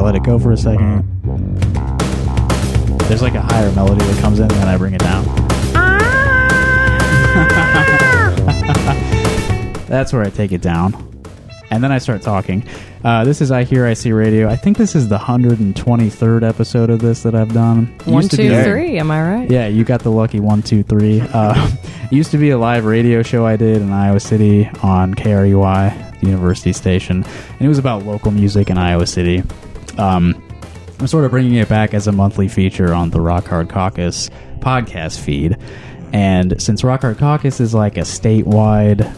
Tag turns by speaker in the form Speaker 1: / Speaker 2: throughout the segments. Speaker 1: let it go for a second.
Speaker 2: Mm-hmm.
Speaker 1: There's like a higher melody that comes in, and then I bring it down. That's where I take it down. And then I start talking. Uh, this is I Hear, I See Radio. I think this is the 123rd episode of this that I've done. It
Speaker 3: One,
Speaker 1: used to
Speaker 3: two,
Speaker 1: be-
Speaker 3: three. Am I right?
Speaker 1: Yeah, you got the lucky one, two, three. Uh, it used to be a live radio show I did in Iowa City on KRUI, the university station, and it was about local music in Iowa City. Um, I'm sort of bringing it back as a monthly feature on the Rock Hard Caucus podcast feed. And since Rock Hard Caucus is like a statewide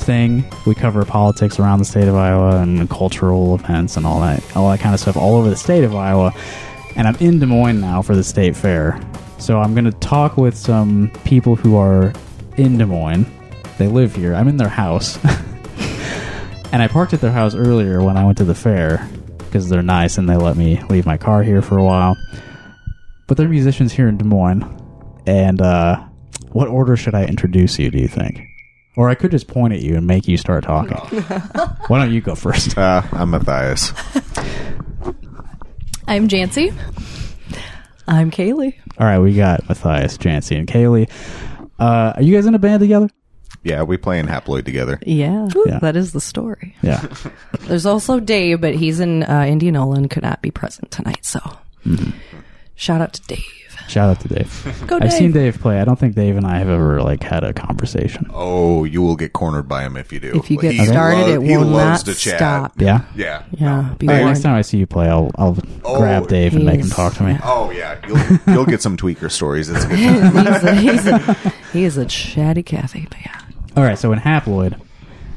Speaker 1: thing. We cover politics around the state of Iowa and cultural events and all that, all that kind of stuff all over the state of Iowa. And I'm in Des Moines now for the state fair. So I'm going to talk with some people who are in Des Moines. They live here. I'm in their house. and I parked at their house earlier when I went to the fair because they're nice and they let me leave my car here for a while. But they're musicians here in Des Moines. And uh, what order should I introduce you, do you think? Or I could just point at you and make you start talking. Why don't you go first?
Speaker 2: Uh, I'm Matthias.
Speaker 4: I'm Jancy.
Speaker 3: I'm Kaylee.
Speaker 1: All right, we got Matthias, Jancy, and Kaylee. Uh, are you guys in a band together?
Speaker 2: Yeah, we play in Haploid together.
Speaker 3: Yeah,
Speaker 1: Yeah.
Speaker 3: that is the story.
Speaker 1: Yeah.
Speaker 3: There's also Dave, but he's in uh, Indianola and could not be present tonight. So,
Speaker 1: Mm-hmm.
Speaker 3: shout out to Dave.
Speaker 1: Shout out to Dave.
Speaker 3: Go,
Speaker 1: I've
Speaker 3: Oh, Dave.
Speaker 1: seen Dave play. I don't think Dave and I have ever like had a conversation.
Speaker 2: Oh, you will get cornered by him if you do.
Speaker 3: If you get
Speaker 2: He
Speaker 3: started,
Speaker 2: lo-
Speaker 3: it
Speaker 2: he
Speaker 3: will
Speaker 2: loves
Speaker 3: not
Speaker 2: to chat.
Speaker 3: stop.
Speaker 1: Yeah.
Speaker 2: Yeah.
Speaker 3: Yeah, be
Speaker 1: All right,
Speaker 3: warned.
Speaker 1: next time I see you play, I'll I'll
Speaker 2: Oh,
Speaker 1: grab Dave and make him
Speaker 3: he's-
Speaker 1: talk to me.
Speaker 2: Oh yeah, you'll you'll get some tweaker stories. It's a good. Time.
Speaker 3: he's a, he's a, he is a chatty Cathy. But yeah,
Speaker 1: All right, so in Haploid,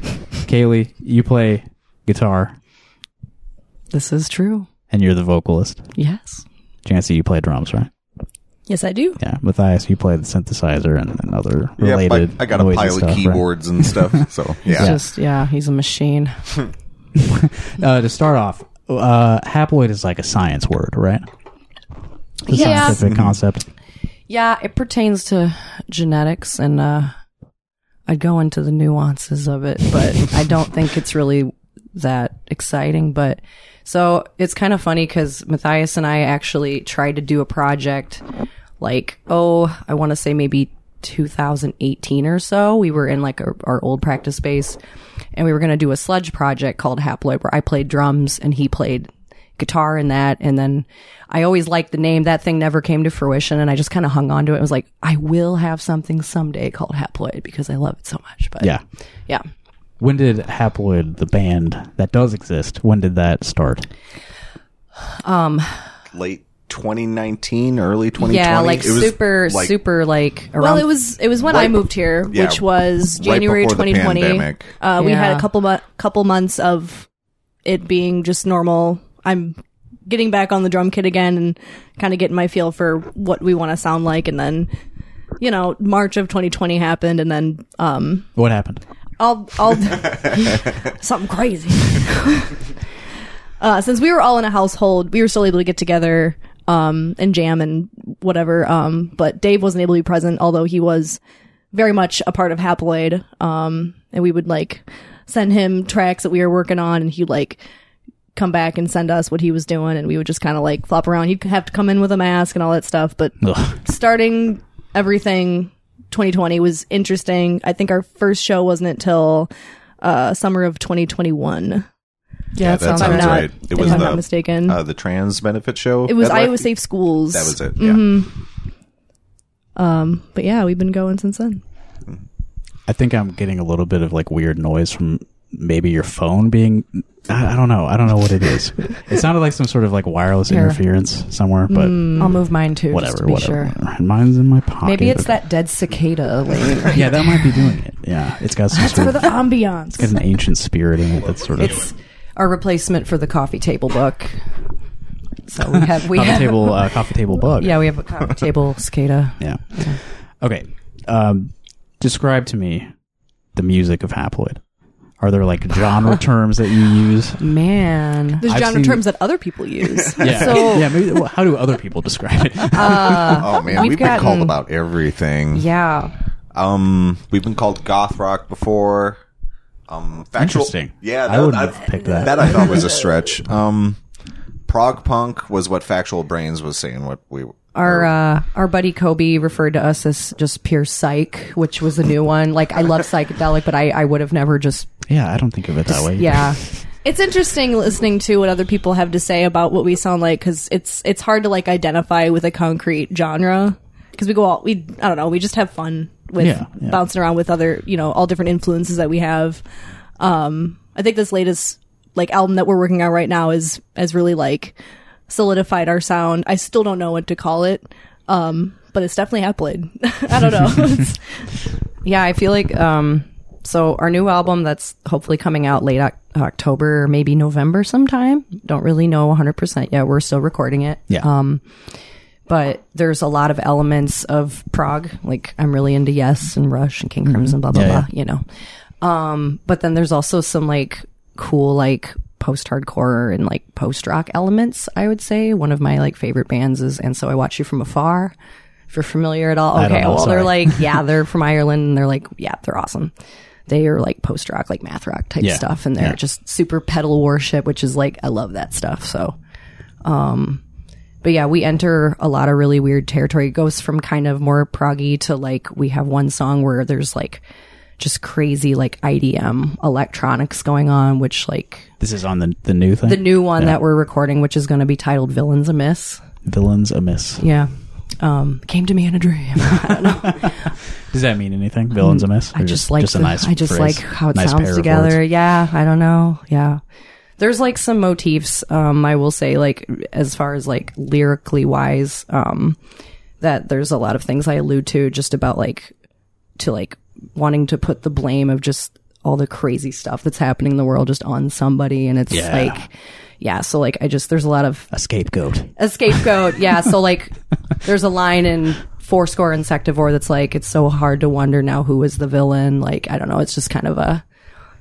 Speaker 1: Kaylee, you play guitar
Speaker 3: this is true.
Speaker 1: and you're the vocalist.
Speaker 3: Yes.
Speaker 1: Jancy, you play drums, right?
Speaker 4: Yes, I do.
Speaker 1: Yeah. Matthias, you play the synthesizer and, and other
Speaker 2: yeah,
Speaker 1: related.
Speaker 2: but I got a
Speaker 1: noise and
Speaker 2: pile of
Speaker 1: stuff, right?
Speaker 2: keyboards and stuff. So yeah,
Speaker 3: Just yeah, he's a machine.
Speaker 1: uh, to start off, uh, haploid is like a science word, right? It's a
Speaker 4: Yeah.
Speaker 2: Mm-hmm.
Speaker 1: scientific concept.
Speaker 3: Yeah, it pertains to genetics, and uh, I'd go into the nuances of it, but I don't think it's really that exciting. But so it's kind of funny because Matthias and I actually tried to do a project like, oh, I want to say maybe 2018 or so. We were in like our, our old practice space, and we were going to do a sledge project called Haploid, where I played drums and he played guitar in that. And then I always liked the name. That thing never came to fruition. And I just kind of hung on to it. I was like, I will have something someday called Haploid because I love it so much. But
Speaker 1: Yeah.
Speaker 3: Yeah.
Speaker 1: When did Haploid, the band that does exist, when did that start?
Speaker 2: late 2019, early 2020.
Speaker 3: Yeah. Like
Speaker 2: It was
Speaker 3: super,
Speaker 2: like
Speaker 3: super like around.
Speaker 4: Well, it was it was when I
Speaker 2: Right-
Speaker 4: moved here,
Speaker 2: yeah,
Speaker 4: which was
Speaker 2: right
Speaker 4: January
Speaker 2: before the
Speaker 4: 2020.
Speaker 2: pandemic.
Speaker 4: Uh, We had
Speaker 3: Yeah.
Speaker 4: a couple mu- couple months of it being just normal. I'm getting back on the drum kit again and kind of getting my feel for what we want to sound like, and then you know March of 2020 happened, and then um
Speaker 1: What happened?
Speaker 4: all all something crazy. uh, since we were all in a household, we were still able to get together um, and jam and whatever. Um, but Dave wasn't able to be present, although he was very much a part of Haploid. Um, and we would like send him tracks that we were working on, and he'd like come back and send us what he was doing, and we would just kind of like flop around. He'd have to come in with a mask and all that stuff, but
Speaker 1: Ugh.
Speaker 4: starting everything 2020 was interesting. I think our first show wasn't until uh, summer of 2021.
Speaker 3: yeah,
Speaker 2: that sounds
Speaker 4: I'm
Speaker 2: That's
Speaker 4: not,
Speaker 2: right. It
Speaker 4: if
Speaker 2: was
Speaker 4: I'm
Speaker 2: the-
Speaker 4: not mistaken.
Speaker 2: uh, the trans benefit show.
Speaker 4: it was
Speaker 2: that
Speaker 4: Iowa
Speaker 2: left-
Speaker 4: Safe Schools.
Speaker 2: That was it. Yeah.
Speaker 3: mm-hmm.
Speaker 4: But yeah, we've been going since then.
Speaker 1: I think I'm getting a little bit of like weird noise from maybe your phone being. I, I don't know. I don't know what it is. it sounded like some sort of like wireless
Speaker 3: Here.
Speaker 1: interference somewhere, but
Speaker 3: I'll move mine too.
Speaker 1: whatever,
Speaker 3: just Mm, to be
Speaker 1: whatever.
Speaker 3: Sure.
Speaker 1: whatever. Mine's in my pocket.
Speaker 3: Maybe it's that dead cicada lady.
Speaker 1: Yeah, that might be doing it. Yeah, it's got some sort of
Speaker 4: ambiance.
Speaker 1: got an ancient spirit in it. That's sort of
Speaker 3: It's our replacement for the coffee table book. So we have we
Speaker 1: coffee
Speaker 3: have
Speaker 1: table uh, coffee table bug.
Speaker 3: yeah we have a coffee table cicada.
Speaker 1: Yeah. Okay. Um, describe to me the music of Haploid. Are there like genre terms that you use?
Speaker 3: Man,
Speaker 4: There's
Speaker 1: I've
Speaker 4: genre
Speaker 1: seen-
Speaker 4: terms that other people use.
Speaker 1: Yeah.
Speaker 3: So-
Speaker 1: yeah. Maybe, well, how do other people describe it?
Speaker 2: Oh man,
Speaker 3: We've
Speaker 2: we've, been
Speaker 3: gotten-
Speaker 2: called about everything.
Speaker 3: yeah,
Speaker 2: Um, we've been called goth rock before. Um, factual,
Speaker 1: Interesting.
Speaker 2: Yeah,
Speaker 1: I wouldn't have picked that.
Speaker 2: That I thought was a stretch. Um, prog punk was what Factual Brains was saying. What we
Speaker 3: Our uh, our buddy Kobe referred to us as just pure psych, which was a new one. Like I love psychedelic, but I, I would have never just
Speaker 1: Yeah, I don't think of it that way.
Speaker 3: yeah.
Speaker 4: It's interesting listening to what other people have to say about what we sound like because it's it's hard to like identify with a concrete genre because we go all we I don't know we just have fun with
Speaker 1: Yeah, yeah.
Speaker 4: bouncing around with other you know all different influences that we have. Um, I think this latest like album that we're working on right now is has really like solidified our sound. I still don't know what to call it, um, but it's definitely Haploid. I don't know. It's-
Speaker 3: Yeah, I feel like um so our new album that's hopefully coming out late oc- October, maybe November sometime. Don't really know 100% yet. We're still recording it.
Speaker 1: Yeah.
Speaker 3: Um but there's a lot of elements of Prague. Like I'm really into Yes and Rush and King Crimson blah blah
Speaker 1: Mm-hmm. Yeah,
Speaker 3: blah, you know. Um but then there's also some like cool like post-hardcore and like post-rock elements, I would say. One of my like favorite bands is And So I Watch You From Afar. If you're familiar at all.
Speaker 1: I don't
Speaker 3: Okay,
Speaker 1: know,
Speaker 3: well they're
Speaker 1: sorry.
Speaker 3: like like, yeah, they're from Ireland and they're like, yeah, they're awesome. They are like post rock, like math rock type
Speaker 1: Yeah.
Speaker 3: stuff. And they're
Speaker 1: Yeah.
Speaker 3: just super pedal worship, which is like, I love that stuff. So, um, but yeah, we enter a lot of really weird territory. It goes from kind of more proggy to like, we have one song where there's like just crazy like IDM electronics going on, which like
Speaker 1: This is on the the new thing.
Speaker 3: the new one that we're recording, which is going to be titled Villains Amiss.
Speaker 1: villains amiss.
Speaker 3: Yeah. Um, came to me in a dream.
Speaker 1: Does that mean anything? Villains amiss.
Speaker 3: Mm, I
Speaker 1: Or
Speaker 3: just, like
Speaker 1: just a
Speaker 3: the-
Speaker 1: nice.
Speaker 3: I just
Speaker 1: phrase?
Speaker 3: like how it
Speaker 1: Nice pair
Speaker 3: sounds
Speaker 1: of
Speaker 3: together.
Speaker 1: words.
Speaker 3: Yeah, I don't know. Yeah. There's like some motifs um I will say like as far as like lyrically wise um that there's a lot of things I allude to just about like to like wanting to put the blame of just all the crazy stuff that's happening in the world just on somebody and it's
Speaker 1: Yeah.
Speaker 3: like yeah, so like I just there's a lot of
Speaker 1: A scapegoat.
Speaker 3: a scapegoat. yeah. So like, there's a line in Fourscore Insectivore that's like, it's so hard to wonder now who is the villain. Like, I don't know. It's just kind of a,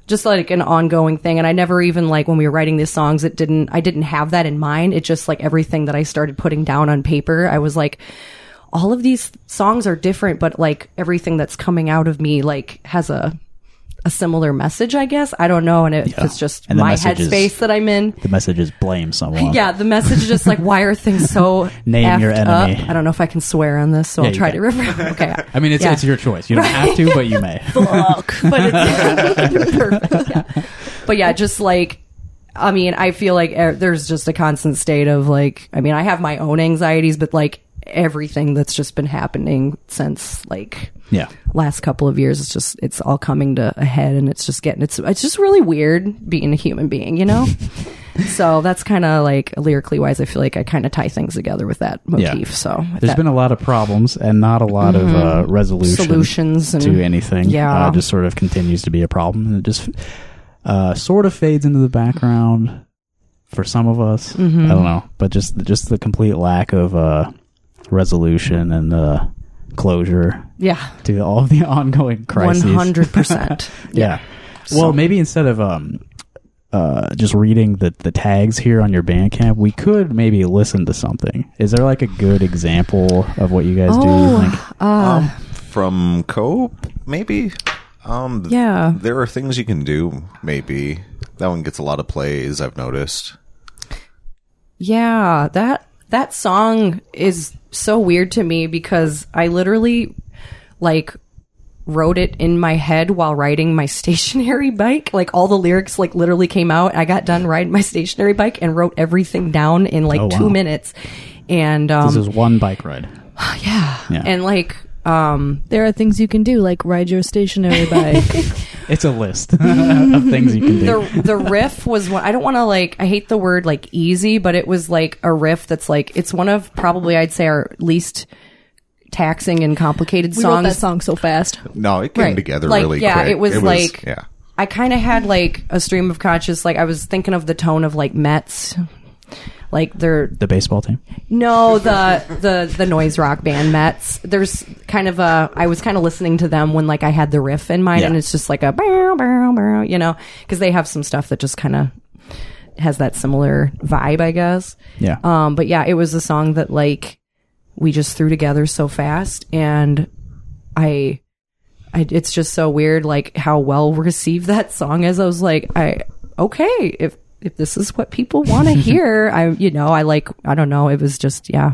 Speaker 3: just like an ongoing thing. And I never even like when we were writing these songs, it didn't, I didn't have that in mind. It just like everything that I started putting down on paper, I was like, all of these songs are different, but like everything that's coming out of me, like has a, a similar message, I guess. I don't know. And it, it's just
Speaker 1: And the
Speaker 3: my
Speaker 1: message is-
Speaker 3: headspace that I'm in.
Speaker 1: The message is blame someone.
Speaker 3: Yeah, the message is just like, why are things so
Speaker 1: Name
Speaker 3: effed
Speaker 1: your enemy.
Speaker 3: Up? I don't know if I can swear on this, so I'll
Speaker 1: you
Speaker 3: try
Speaker 1: can.
Speaker 3: to remember. Okay,
Speaker 1: I mean, it's
Speaker 3: Yeah.
Speaker 1: it's your choice. You don't have to, but you may.
Speaker 3: fuck, but it's perfect. Yeah. But yeah, just like. I mean, I feel like er, there's just a constant state of like, I mean, I have my own anxieties, but like everything that's just been happening since like
Speaker 1: yeah.
Speaker 3: last couple of years, it's just, it's all coming to a head and it's just getting, it's, it's just really weird being a human being, you know? so that's kind of like lyrically wise, I feel like I kind of tie things together with that
Speaker 1: Yeah.
Speaker 3: motif. So
Speaker 1: There's
Speaker 3: that Mm-hmm.
Speaker 1: been a lot of problems and not a lot of uh, resolution
Speaker 3: solutions and
Speaker 1: to anything.
Speaker 3: Mm-hmm. Yeah.
Speaker 1: uh, just sort of continues to be a problem, and it just uh, sort of fades into the background for some of us.
Speaker 3: Mm-hmm.
Speaker 1: I don't know, but just just the complete lack of uh, resolution and uh, closure
Speaker 3: yeah,
Speaker 1: to all of the ongoing crises.
Speaker 3: 100%.
Speaker 1: Yeah. Well, maybe instead of um, uh, just reading the, the tags here on your Bandcamp, we could maybe listen to something. Is there like a good example of what you guys do? You
Speaker 3: Oh,
Speaker 1: think?
Speaker 2: um, from Cope, maybe. Um, th-
Speaker 3: Yeah.
Speaker 2: there are things you can do. Maybe that one gets a lot of plays. I've noticed.
Speaker 3: Yeah, that that song is so weird to me because I literally like wrote it in my head while riding my stationary bike. Like all the lyrics like literally came out. I got done riding my stationary bike and wrote everything down in like
Speaker 1: Oh, wow.
Speaker 3: 2 minutes. And um
Speaker 1: This is one bike ride.
Speaker 3: yeah.
Speaker 1: Yeah.
Speaker 3: And like um
Speaker 4: there are things you can do like ride your stationary bike.
Speaker 1: It's a list of things you can do.
Speaker 3: the the riff was one, I don't want to like I hate the word like easy, but it was like a riff that's like it's one of probably I'd say our least taxing and complicated
Speaker 4: we wrote
Speaker 3: songs.
Speaker 4: that song so fast.
Speaker 2: No, it came
Speaker 3: Right.
Speaker 2: together
Speaker 3: Like,
Speaker 2: really
Speaker 3: yeah,
Speaker 2: quick.
Speaker 3: it was like-
Speaker 2: yeah.
Speaker 3: I kind of had like a stream of conscious like I was thinking of the tone of like Mets like they're
Speaker 1: The baseball team.
Speaker 3: no, the the the noise rock band Mets. There's kind of a I was kind of listening to them when like I had the riff in mind,
Speaker 1: Yeah.
Speaker 3: and it's just like a bow, bow, bow, you know, because they have some stuff that just kind of has that similar vibe, I guess.
Speaker 1: Yeah.
Speaker 4: Uh,
Speaker 3: Um, but yeah, it was a song that like we just threw together so fast, and I I, it's just so weird, like how well received that song is. I was like, I okay, if if this is what people want to hear, I, you know, I like, I don't know. It was just, yeah.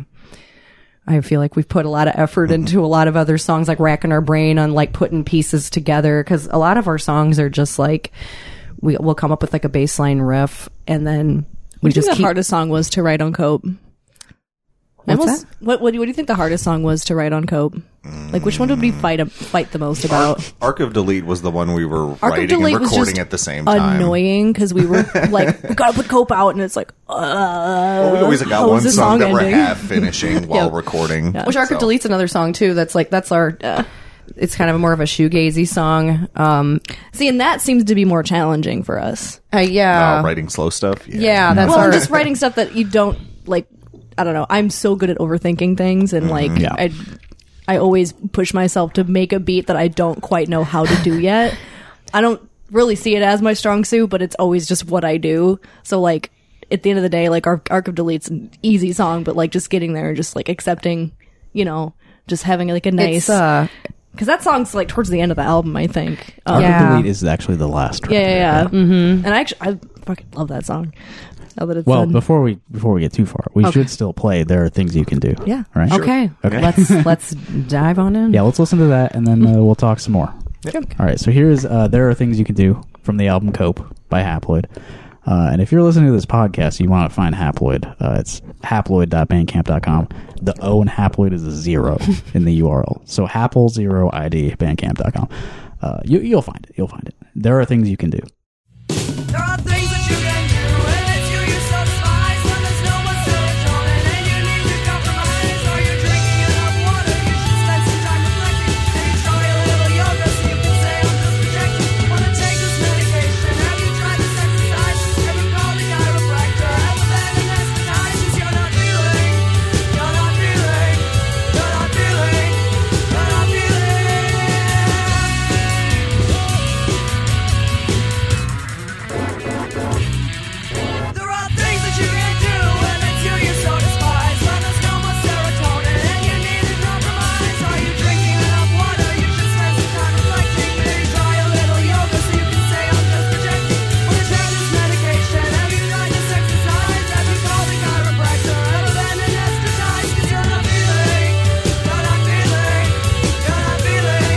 Speaker 3: I feel like we've put a lot of effort into a lot of other songs, like racking our brain on like putting pieces together. Cause a lot of our songs are just like, we, we'll come up with like a baseline riff and then we
Speaker 4: What do you
Speaker 3: just
Speaker 4: think the
Speaker 3: keep,
Speaker 4: hardest song was to write on Cope? I
Speaker 3: What's
Speaker 4: almost- What, what do what do you think the hardest song was to write on Cope? Like which one would we fight fight the most about?
Speaker 2: Arc of Delete was the one we were
Speaker 4: Arc of
Speaker 2: writing
Speaker 4: Delete
Speaker 2: and
Speaker 4: was
Speaker 2: recording
Speaker 4: just
Speaker 2: at the same time.
Speaker 4: annoying because we were like, we gotta put cope out, and it's like, uh,
Speaker 2: Well, we always got
Speaker 4: how is
Speaker 2: one song,
Speaker 4: this song
Speaker 2: that we're
Speaker 4: ending?
Speaker 2: half finishing while
Speaker 3: Yeah.
Speaker 2: recording.
Speaker 3: Which Arca
Speaker 2: So-
Speaker 3: deletes another song too. That's like that's our. uh, It's kind of more of a shoegazy song. Um,
Speaker 4: see, and that seems to be more challenging for us.
Speaker 3: uh, yeah,
Speaker 2: Uh, writing slow stuff.
Speaker 3: yeah. That's
Speaker 4: Well,
Speaker 3: our.
Speaker 4: I'm just writing stuff that you don't like. I don't know. I'm so good at overthinking things, and like,
Speaker 1: Mm-hmm. Yeah.
Speaker 4: I, I always push myself to make a beat that I don't quite know how to do yet. I don't really see it as my strong suit, but it's always just what I do. So like. At the end of the day, like Arc, Arc of Delete's an easy song, but like just getting there and just like accepting, you know, just having like a
Speaker 3: it's
Speaker 4: nice
Speaker 3: uh,
Speaker 4: because that song's like towards the end of the album, I think. Um,
Speaker 1: Arc
Speaker 4: yeah,
Speaker 3: Yeah.
Speaker 1: of Delete is actually the last track.
Speaker 4: yeah, yeah. Mm-hmm. And I actually, I fucking love that song. Now that it's
Speaker 1: Well,
Speaker 4: done.
Speaker 1: before we before we get too far, we should still play. There are things you can do.
Speaker 4: Yeah.
Speaker 1: Right.
Speaker 3: okay.
Speaker 1: Okay.
Speaker 3: Let's let's dive on in.
Speaker 1: Yeah. Let's listen to that, and then uh, we'll talk some more. All right. So here is uh, there are things you can do from the album Cope by Haploid. Uh, and if you're listening to this podcast, you want to find Haploid. Uh, it's haploid.bandcamp.com. The O in Haploid is a zero in the URL. So hapl zero id bandcamp.com. Uh, you, you'll find it. You'll find it. There are things you can do.
Speaker 5: There are things that you can do, and if you use some spice, when there's no one still joining, and you need to compromise, or you're drinking enough water, you should spend some time reflecting. And you try a little yoga, so you can say I'm just projecting. Wanna take this medication? Have you tried this exercise? Have you called a chiropractor? Have you been anesthetized? You're not feeling, you're not feeling, you're not feeling, you're not feeling. There are things that you can do, and it's you you so despise. When there's no more serotonin, and you need to compromise. Are you drinking enough water? You should spend some time reflecting. Maybe try a little yoga so you can say I'm just projecting. Wanna take this medication? Have you tried this exercise? Have you called a chiropractor? Ever been anesthetized? 'Cause you're not feeling, you're not feeling, you're not feeling, you're not feeling.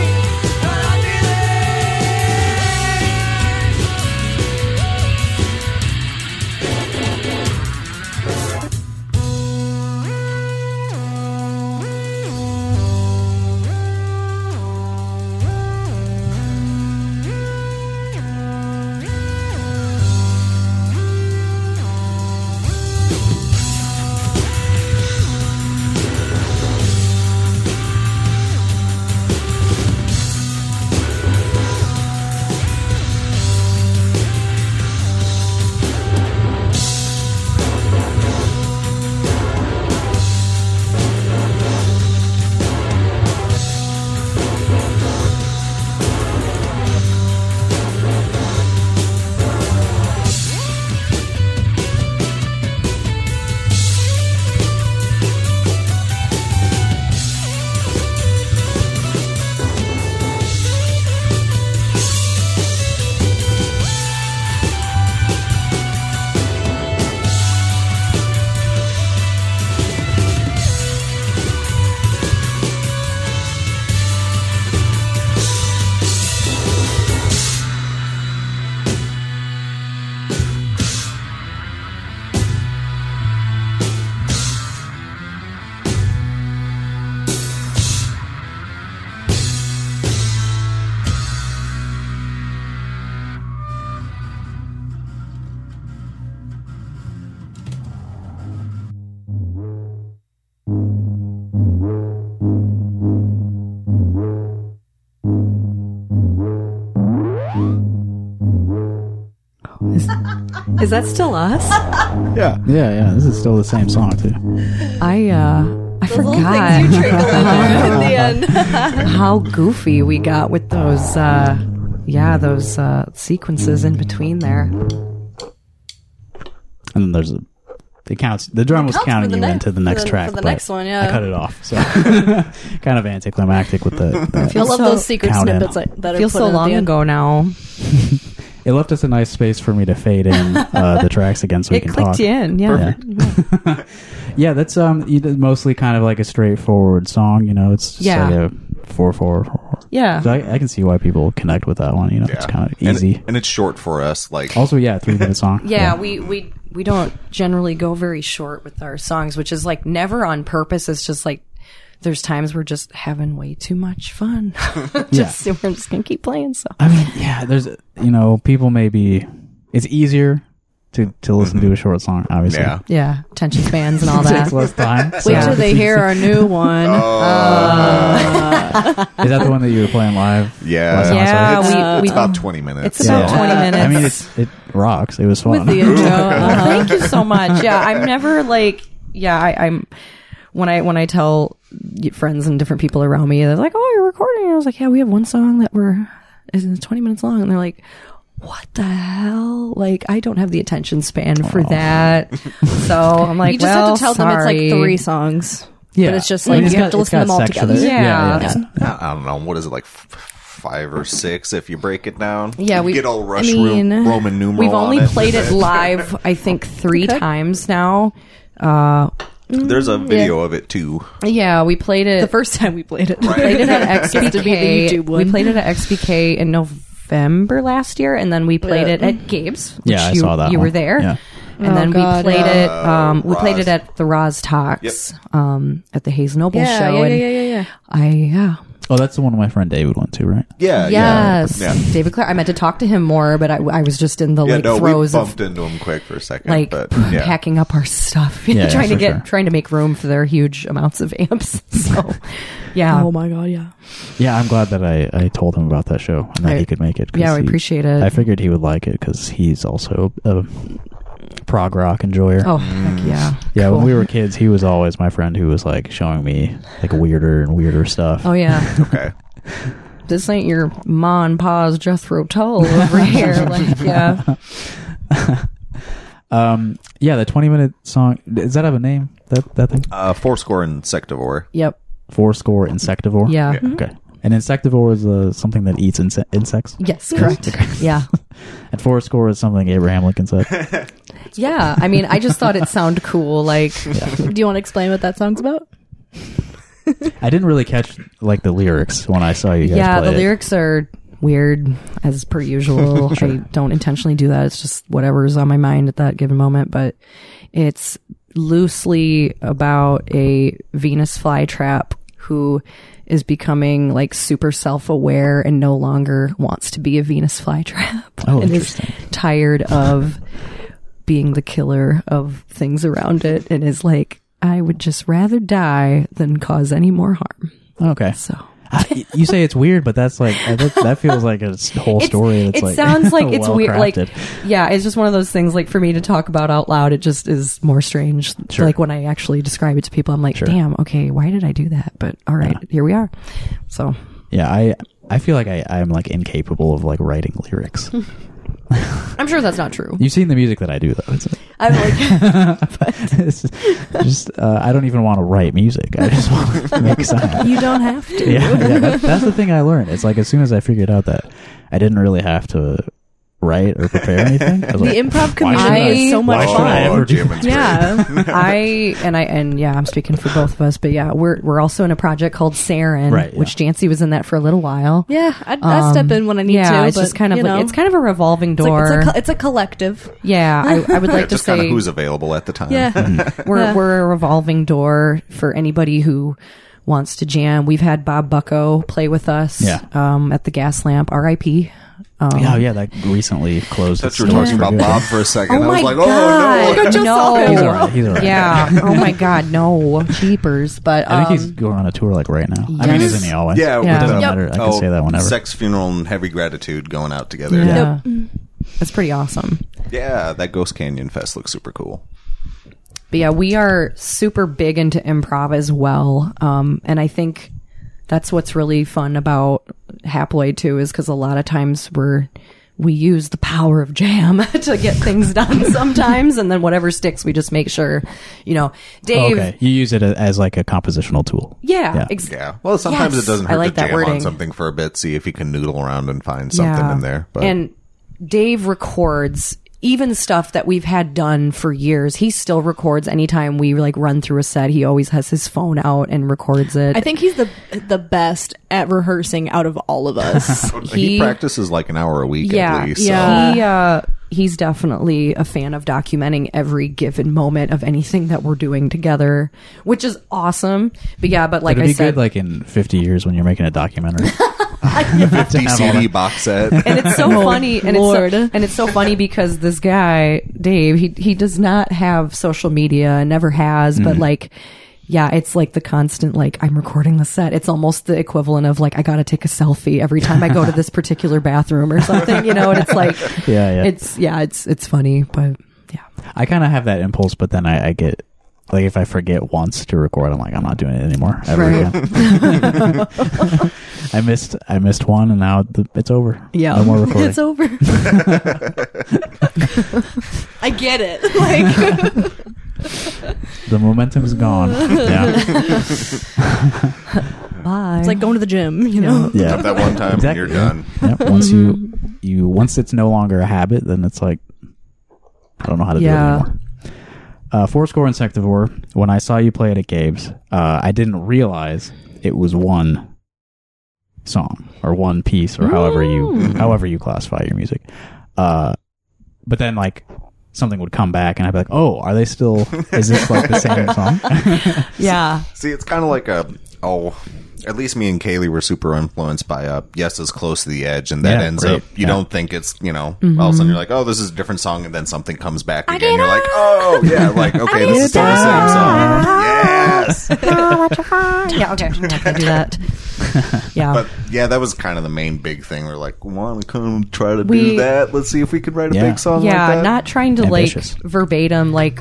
Speaker 3: Is that still us?
Speaker 1: Yeah, yeah. This is still the same song too.
Speaker 3: I uh, I forgot how goofy we got with those. Uh, yeah, those uh, sequences in between there.
Speaker 1: And then there's a it counts. The drum was
Speaker 3: counts for
Speaker 1: counting
Speaker 3: the
Speaker 1: you
Speaker 3: next-
Speaker 1: into the
Speaker 3: for
Speaker 1: next
Speaker 3: the-
Speaker 1: track.
Speaker 3: for the
Speaker 1: but
Speaker 3: next one, yeah.
Speaker 1: I cut it off. So kind of anticlimactic with the. the
Speaker 4: I love
Speaker 3: so
Speaker 4: those secret
Speaker 1: count in.
Speaker 4: snippets that, that are
Speaker 3: Feels
Speaker 4: put
Speaker 3: so
Speaker 4: in at the
Speaker 3: long
Speaker 4: end.
Speaker 3: ago now.
Speaker 1: It left us a nice space for me to fade in uh, the tracks again, so we
Speaker 3: it
Speaker 1: can
Speaker 3: clicked
Speaker 1: talk.
Speaker 3: you in. Yeah.
Speaker 1: Yeah, that's um you did mostly kind of like a straightforward song. You know, it's just
Speaker 3: Yeah.
Speaker 1: like a four four four.
Speaker 3: Yeah.
Speaker 1: So I, I can see why people connect with that one. You know, it's kind of
Speaker 2: And-
Speaker 1: easy.
Speaker 2: and, it's short for us. Like
Speaker 1: also, yeah, three minute song.
Speaker 3: yeah, we we we don't generally go very short with our songs, which is like never on purpose. It's just like there's times we're just having way too much fun. just we're just gonna keep playing. So
Speaker 1: I mean, yeah, there's, you know, people may be, it's easier to, to listen to a short song, obviously.
Speaker 2: Mm-hmm. yeah,
Speaker 3: yeah, tension spans and all
Speaker 1: It takes
Speaker 3: that.
Speaker 1: less time. so-
Speaker 4: Wait till they hear our new one.
Speaker 2: uh,
Speaker 3: Uh,
Speaker 1: Is that the one that you were playing live?
Speaker 2: Yeah.
Speaker 1: last time I saw
Speaker 3: Yeah,
Speaker 1: you?
Speaker 2: it's,
Speaker 3: we-
Speaker 2: it's
Speaker 3: we-
Speaker 2: about twenty minutes.
Speaker 3: It's about
Speaker 1: Yeah.
Speaker 3: twenty minutes.
Speaker 1: I mean, it's, it rocks. It was fun.
Speaker 4: with the intro.
Speaker 3: Well, thank you so much. Yeah, I'm never like, yeah, I, I'm when I when I tell y- friends and different people around me, they're like, "Oh, you're recording." I was like, "Yeah, we have one song that we're is 20 minutes long," and they're like. What the hell? Like, I don't have the attention span for that. So I'm like,
Speaker 4: you just
Speaker 3: well,
Speaker 4: have to tell them
Speaker 3: sorry.
Speaker 4: it's like three songs.
Speaker 1: yeah.
Speaker 4: But it's just
Speaker 1: I mean,
Speaker 4: like
Speaker 1: it's
Speaker 4: you
Speaker 1: got-
Speaker 4: have to
Speaker 1: it's
Speaker 4: listen to
Speaker 1: got
Speaker 4: them all
Speaker 1: sections.
Speaker 4: together.
Speaker 1: Yeah.
Speaker 3: Yeah.
Speaker 1: yeah.
Speaker 2: I don't know what is it like f- f- five or six if you break it down.
Speaker 3: Yeah,
Speaker 2: You
Speaker 3: we-
Speaker 2: get all Rush
Speaker 4: I mean,
Speaker 2: Ro- Roman numeral.
Speaker 3: We've only
Speaker 2: on it.
Speaker 3: played it live, I think, three times now.
Speaker 2: There's a video of it too.
Speaker 3: Yeah, we played it
Speaker 4: The first time we played it,
Speaker 3: played it at
Speaker 4: Just to be
Speaker 3: XBK.
Speaker 4: the YouTube
Speaker 3: we
Speaker 4: one.
Speaker 3: played it at XBK in November last year, and then we played
Speaker 4: Yeah.
Speaker 3: it at Gabe's. Which
Speaker 1: Yeah, I
Speaker 3: you,
Speaker 1: saw that
Speaker 3: You
Speaker 1: one.
Speaker 3: were there,
Speaker 1: Yeah.
Speaker 3: and
Speaker 4: Oh,
Speaker 3: then
Speaker 4: God,
Speaker 3: we played
Speaker 4: yeah.
Speaker 3: it. Um, we played
Speaker 2: Roz.
Speaker 3: it at the Roz Talks um, at the Hayes Noble
Speaker 4: Yeah,
Speaker 3: show.
Speaker 4: yeah,
Speaker 3: and
Speaker 4: yeah, yeah, yeah, yeah.
Speaker 3: I yeah.
Speaker 1: Oh, that's the one my friend David went to, right?
Speaker 2: Yeah.
Speaker 3: Yes,
Speaker 2: Yeah. Yeah.
Speaker 3: David Clark. I meant to talk to him more, but I, I was just in the
Speaker 2: Yeah,
Speaker 3: like
Speaker 2: no, we
Speaker 3: throes
Speaker 2: bumped
Speaker 3: of
Speaker 2: into him quick for a second,
Speaker 3: like
Speaker 2: but
Speaker 3: p-
Speaker 2: yeah.
Speaker 3: packing up our stuff,
Speaker 1: yeah,
Speaker 3: trying
Speaker 1: for
Speaker 3: to get
Speaker 1: sure.
Speaker 3: trying to make room for their huge amounts of amps. So, yeah,
Speaker 4: Oh my god, yeah.
Speaker 1: Yeah, I'm glad that I, I told him about that show and that
Speaker 3: I-
Speaker 1: he could make it. 'cause
Speaker 3: yeah, we
Speaker 1: he-
Speaker 3: appreciate it.
Speaker 1: I figured he would like it because he's also a prog rock enjoyer.
Speaker 3: Oh, heck yeah.
Speaker 1: Mm. Yeah,
Speaker 3: Cool.
Speaker 1: when we were kids, he was always my friend who was like showing me like weirder and weirder stuff.
Speaker 3: Oh, yeah.
Speaker 2: okay.
Speaker 3: this ain't your Ma and Pa's Jethro Tull over here. Like, yeah.
Speaker 1: Um, yeah, the twenty-minute song does that have a name? That that thing?
Speaker 2: Uh, Fourscore and Sectivore.
Speaker 3: Yep.
Speaker 1: Four score insectivore.
Speaker 3: Yeah.
Speaker 1: Okay. And insectivore is uh, something that eats inse- insects,
Speaker 3: Yes, correct. Yeah.
Speaker 1: and four score is something Abraham Lincoln said.
Speaker 3: Yeah. I mean, I just thought it sounded cool. Like,
Speaker 4: Do you want to explain what that song's about?
Speaker 1: I didn't really catch like the lyrics when I saw you guys.
Speaker 3: yeah,
Speaker 1: play
Speaker 3: the
Speaker 1: it.
Speaker 3: lyrics are weird as per usual. I don't intentionally do that. It's just whatever's on my mind at that given moment, but it's loosely about a Venus flytrap who is becoming like super self-aware and no longer wants to be a Venus flytrap
Speaker 1: Oh,
Speaker 3: and
Speaker 1: interesting.
Speaker 3: is tired of being the killer of things around it and is like I would just rather die than cause any more harm.
Speaker 1: Okay.
Speaker 3: So
Speaker 1: I- you say it's weird, but that's like uh, that, that feels like a s- whole
Speaker 3: It's-
Speaker 1: story. That's
Speaker 3: it
Speaker 1: like,
Speaker 3: sounds like it's weird. Like,
Speaker 1: well-crafted.
Speaker 3: yeah, it's just one of those things. Like for me to talk about out loud, it just is more strange.
Speaker 1: Sure.
Speaker 3: Like when I actually describe it to people, I'm like, damn, okay, why did I do that? But all right, here we are. So
Speaker 1: yeah, I I feel like I I'm like incapable of like writing lyrics.
Speaker 3: I'm sure that's not true.
Speaker 1: You've seen the music that I do though. It's,
Speaker 4: I'm like,
Speaker 1: it's just, just, uh, I don't even want to write music. I just want to make sound.
Speaker 4: you don't have to.
Speaker 1: Yeah, yeah that, that's the thing I learned. It's like as soon as I figured out that I didn't really have to write or prepare anything. I was
Speaker 4: The
Speaker 1: like,
Speaker 4: improv
Speaker 1: why should
Speaker 4: community is so
Speaker 1: why
Speaker 4: much
Speaker 1: should I
Speaker 2: Oh,
Speaker 4: fun.
Speaker 1: ever do
Speaker 2: Jamin's
Speaker 4: Yeah.
Speaker 3: I and I and yeah, I'm speaking for both of us, but yeah, we're we're also in a project called Saren,
Speaker 1: Right, yeah.
Speaker 3: which Jancy was in that for a little while. Um,
Speaker 4: Yeah, I, I step in when I need
Speaker 3: yeah,
Speaker 4: to.
Speaker 3: it's
Speaker 4: but,
Speaker 3: just kind of
Speaker 4: you
Speaker 3: like
Speaker 4: know,
Speaker 3: it's kind of a revolving
Speaker 4: it's,
Speaker 3: door.
Speaker 4: like, it's, a, co- it's a collective.
Speaker 3: yeah, I, I would like to
Speaker 2: Just
Speaker 3: say
Speaker 2: kind of who's available at the time.
Speaker 1: Hmm.
Speaker 4: Yeah,
Speaker 3: We're
Speaker 4: Yeah.
Speaker 3: we're a revolving door for anybody who wants to jam. We've had Bob Bucko play with us
Speaker 1: Yeah.
Speaker 3: um, at the Gas Lamp, R.I.P. Um,
Speaker 1: Oh yeah, that recently closed.
Speaker 2: Thought
Speaker 1: its
Speaker 2: you were
Speaker 1: doors
Speaker 2: talking
Speaker 1: for
Speaker 2: about
Speaker 1: good.
Speaker 2: Bob for a second.
Speaker 3: Oh
Speaker 2: I was
Speaker 3: my
Speaker 2: like,
Speaker 3: God.
Speaker 2: oh no.
Speaker 4: Look at
Speaker 3: no.
Speaker 4: yourself,
Speaker 1: He's all right. He's all right.
Speaker 3: Yeah. oh my God. No. Jeepers. But
Speaker 1: I
Speaker 3: um,
Speaker 1: think he's going on a tour like right now. I mean,
Speaker 3: yes.
Speaker 1: isn't he always?
Speaker 2: Yeah, um, oh,
Speaker 3: Yeah.
Speaker 1: It doesn't
Speaker 3: Yep.
Speaker 1: matter. I can say that whenever.
Speaker 2: Sex, funeral, and heavy gratitude going out together.
Speaker 3: yeah. That's pretty awesome.
Speaker 2: Yeah, that Ghost Canyon Fest looks super cool.
Speaker 3: But yeah, we are super big into improv as well. Um, and I think that's what's really fun about Haploid too, is because a lot of times we're, we use the power of jam to get things done sometimes. And then whatever sticks, we just make sure, you know, Dave.
Speaker 1: Oh, okay, you use it a- as like a compositional tool.
Speaker 3: Yeah.
Speaker 1: Yeah.
Speaker 3: ex-
Speaker 2: Yeah. Well, sometimes
Speaker 3: Yes.
Speaker 2: it doesn't
Speaker 3: I
Speaker 2: hurt
Speaker 3: like
Speaker 2: to
Speaker 3: that
Speaker 2: jam on
Speaker 3: wording.
Speaker 2: something for a bit, see if you can noodle around and find something
Speaker 3: Yeah.
Speaker 2: in there. But
Speaker 3: And Dave records even stuff that we've had done for years. He still records anytime we like run through a set. He always has his phone out and records it.
Speaker 4: I think he's the the best at rehearsing out of all of us.
Speaker 2: He,
Speaker 3: He-
Speaker 2: practices like an hour a week
Speaker 3: yeah,
Speaker 2: at least. so-
Speaker 4: yeah.
Speaker 3: He uh, he's definitely a fan of documenting every given moment of anything that we're doing together, which is awesome. But yeah, but like
Speaker 1: It'd
Speaker 3: I
Speaker 1: be
Speaker 3: said,
Speaker 1: good, like in 50 years when you're making a documentary.
Speaker 2: The CD box set.
Speaker 3: and it's so funny and it's
Speaker 4: Lord.
Speaker 3: so, and it's so funny because this guy Dave he he does not have social media and never has
Speaker 1: Mm.
Speaker 3: but like yeah it's like the constant like I'm recording the set it's almost the equivalent of like I got to take a selfie every time I go to this particular bathroom or something you know and it's like
Speaker 1: Yeah, yeah.
Speaker 3: it's yeah it's it's funny but yeah
Speaker 1: I kind of have that impulse, but then I, I get like if I forget once to record, I'm like I'm not doing it anymore ever
Speaker 3: Right.
Speaker 1: again. I missed I missed one, and now the, it's over.
Speaker 3: Yeah.
Speaker 1: no more recording.
Speaker 4: it's over. I get it. Like
Speaker 1: the momentum's gone. yeah,
Speaker 3: bye
Speaker 4: it's like going to the gym, you know.
Speaker 1: yeah.
Speaker 2: At that one time,
Speaker 1: Exactly.
Speaker 2: you're done.
Speaker 1: Yep, Once you
Speaker 3: Mm-hmm.
Speaker 1: you once it's no longer a habit, then it's like I don't know how to
Speaker 3: Yeah.
Speaker 1: do it anymore. Uh, Fourscore Insectivore. When I saw you play it at Gabe's, uh, I didn't realize it was one song or one piece or however
Speaker 3: Mm.
Speaker 1: you however you classify your music. Uh, but then like something would come back and I'd be like, oh, are they still? Is this like the same song?
Speaker 3: yeah
Speaker 2: See, it's kind of like a oh. At least me and Kaylee were super influenced by uh, yes is close to the edge, and that
Speaker 1: Yeah,
Speaker 2: ends
Speaker 1: right.
Speaker 2: up you
Speaker 1: Yeah.
Speaker 2: don't think it's you know all of a sudden you're like oh this is a different song, and then something comes back again. You're like oh yeah, like okay this is still the same song. Yes,
Speaker 3: yeah okay I do that yeah
Speaker 2: but yeah, that was kind of the main big thing. We're like want to come try to
Speaker 3: We-
Speaker 2: do that. Let's see if we can write a
Speaker 1: Yeah.
Speaker 2: big song.
Speaker 3: yeah
Speaker 2: like that.
Speaker 3: not trying to
Speaker 1: Ambitious.
Speaker 3: like verbatim like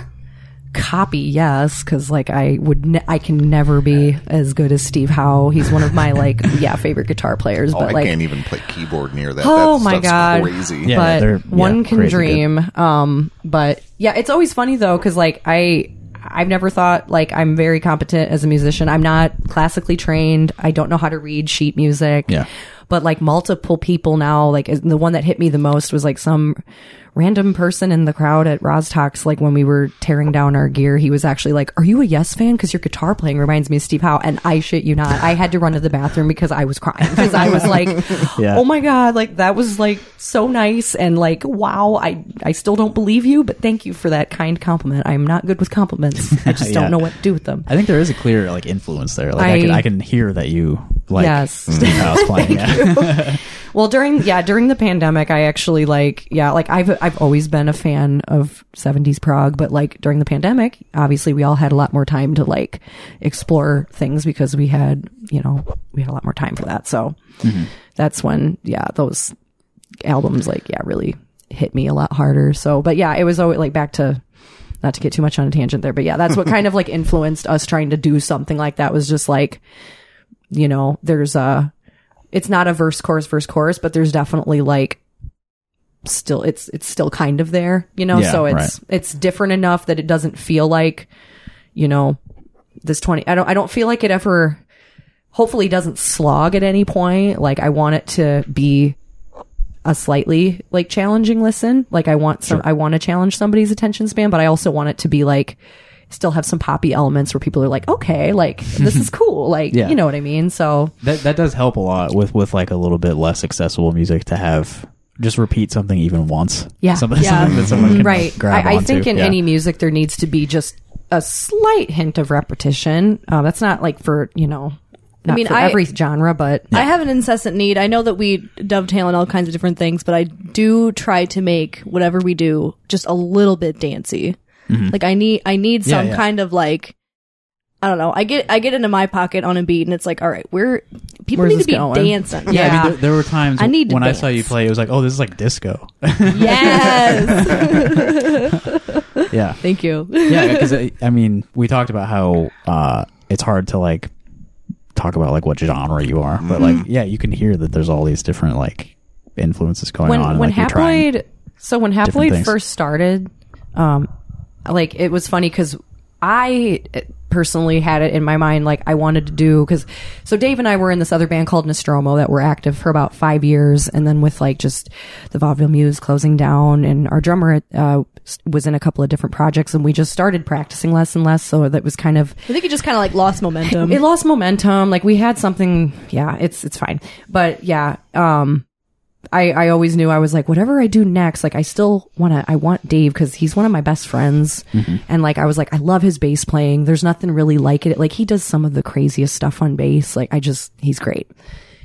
Speaker 3: copy yes because like i would ne- i can never be as good as steve howe he's one of my like yeah favorite guitar players
Speaker 2: Oh,
Speaker 3: but
Speaker 2: I
Speaker 3: like
Speaker 2: can't even play keyboard near that.
Speaker 3: Oh
Speaker 2: that
Speaker 3: my
Speaker 2: stuff's
Speaker 3: God.
Speaker 2: crazy.
Speaker 1: Yeah,
Speaker 3: but
Speaker 1: they're-
Speaker 3: one
Speaker 1: yeah,
Speaker 3: can
Speaker 1: crazy good.
Speaker 3: dream. Um, but yeah, it's always funny though because like I. I've never thought like I'm very competent as a musician. I'm not classically trained. I don't know how to read sheet music.
Speaker 1: Yeah.
Speaker 3: But like multiple people now, like is- the one that hit me the most was like some random person in the crowd at Rostox. Like when we were tearing down our gear, he was actually like, "Are you a Yes fan? Because your guitar playing reminds me of Steve Howe." And I shit you not, I had to run to the bathroom because I was crying because I was like,
Speaker 1: Yeah.
Speaker 3: "Oh my god like that was like so nice and like wow i i still don't believe you but thank you for that kind compliment i'm not good with compliments i just
Speaker 1: Yeah.
Speaker 3: don't know what to do with them
Speaker 1: I think there is a clear like influence there. Like I,
Speaker 3: I-
Speaker 1: can I can hear that you like
Speaker 3: Yes.
Speaker 1: Steve Howe's playing. yeah.
Speaker 3: well during yeah during the pandemic i actually like yeah like i've i've always been a fan of 70s prague but like during the pandemic obviously we all had a lot more time to like explore things because we had you know we had a lot more time for that so that's when yeah those albums like yeah really hit me a lot harder so but yeah it was always like back to not to get too much on a tangent there but yeah that's what kind of like influenced us trying to do something like that was just like you know there's a it's not a verse chorus verse chorus but there's definitely like still it's it's still kind of there you know
Speaker 1: Yeah,
Speaker 3: so it's it's different enough that it doesn't feel like you know this 20 i don't i don't feel like it ever hopefully doesn't slog at any point like i want it to be a slightly like challenging listen like i want some i want to challenge somebody's attention span but i also want it to be like still have some poppy elements where people are like okay like this is cool like
Speaker 1: Yeah.
Speaker 3: you know what i mean so
Speaker 1: that that does help a lot with with like a little bit less accessible music to have just repeat something even once.
Speaker 3: Yeah.
Speaker 1: something,
Speaker 3: Yeah.
Speaker 1: something that someone can
Speaker 3: right
Speaker 1: right. grab
Speaker 3: I, I
Speaker 1: onto.
Speaker 3: think in
Speaker 1: Yeah.
Speaker 3: any music there needs to be just a slight hint of repetition uh, that's not like for you know not
Speaker 4: mean,
Speaker 3: for
Speaker 4: I-
Speaker 3: every genre but
Speaker 4: I have an incessant need. I know that we dovetail in all kinds of different things, but I do try to make whatever we do just a little bit dancey. Like I need I need
Speaker 1: Mm-hmm. Yeah,
Speaker 4: some
Speaker 1: yeah.
Speaker 4: kind of like I don't know. I get I get into my pocket on a beat and it's like, all right, we're people
Speaker 3: Where's
Speaker 4: need
Speaker 3: this
Speaker 4: to be
Speaker 3: going?
Speaker 4: dancing.
Speaker 1: Yeah, I
Speaker 3: Yeah.
Speaker 1: mean, there, there were times
Speaker 4: I need to
Speaker 1: when I saw you
Speaker 4: dance.
Speaker 1: play, it was like, oh, this is like disco.
Speaker 4: Yes.
Speaker 1: yeah,
Speaker 4: Thank you.
Speaker 1: yeah, because I mean, we talked about how uh, it's hard to like talk about like what genre you are, but like,
Speaker 3: Mm-hmm.
Speaker 1: yeah, you can hear that there's all these different like influences going on.
Speaker 3: when
Speaker 1: and,
Speaker 3: when
Speaker 1: like, you're trying-
Speaker 3: haploid so when
Speaker 1: different
Speaker 3: haploid
Speaker 1: things.
Speaker 3: first started um like it was funny because I personally had it in my mind like I wanted to do because so Dave and I were in this other band called Nostromo that were active for about five years, and then with like just the vaudeville muse closing down, and our drummer uh, was in a couple of different projects, and we just started practicing less and less, so that was kind of
Speaker 4: I think it just kind of like lost momentum.
Speaker 3: it lost momentum. Like we had something. Yeah, it's it's fine. But yeah, um, I I always knew I was like whatever I do next. Like I still wanna I want Dave because he's one of my best friends, and like I was like I love his bass playing. There's nothing really like it. Like he does some of the craziest stuff on bass. Like I just he's great.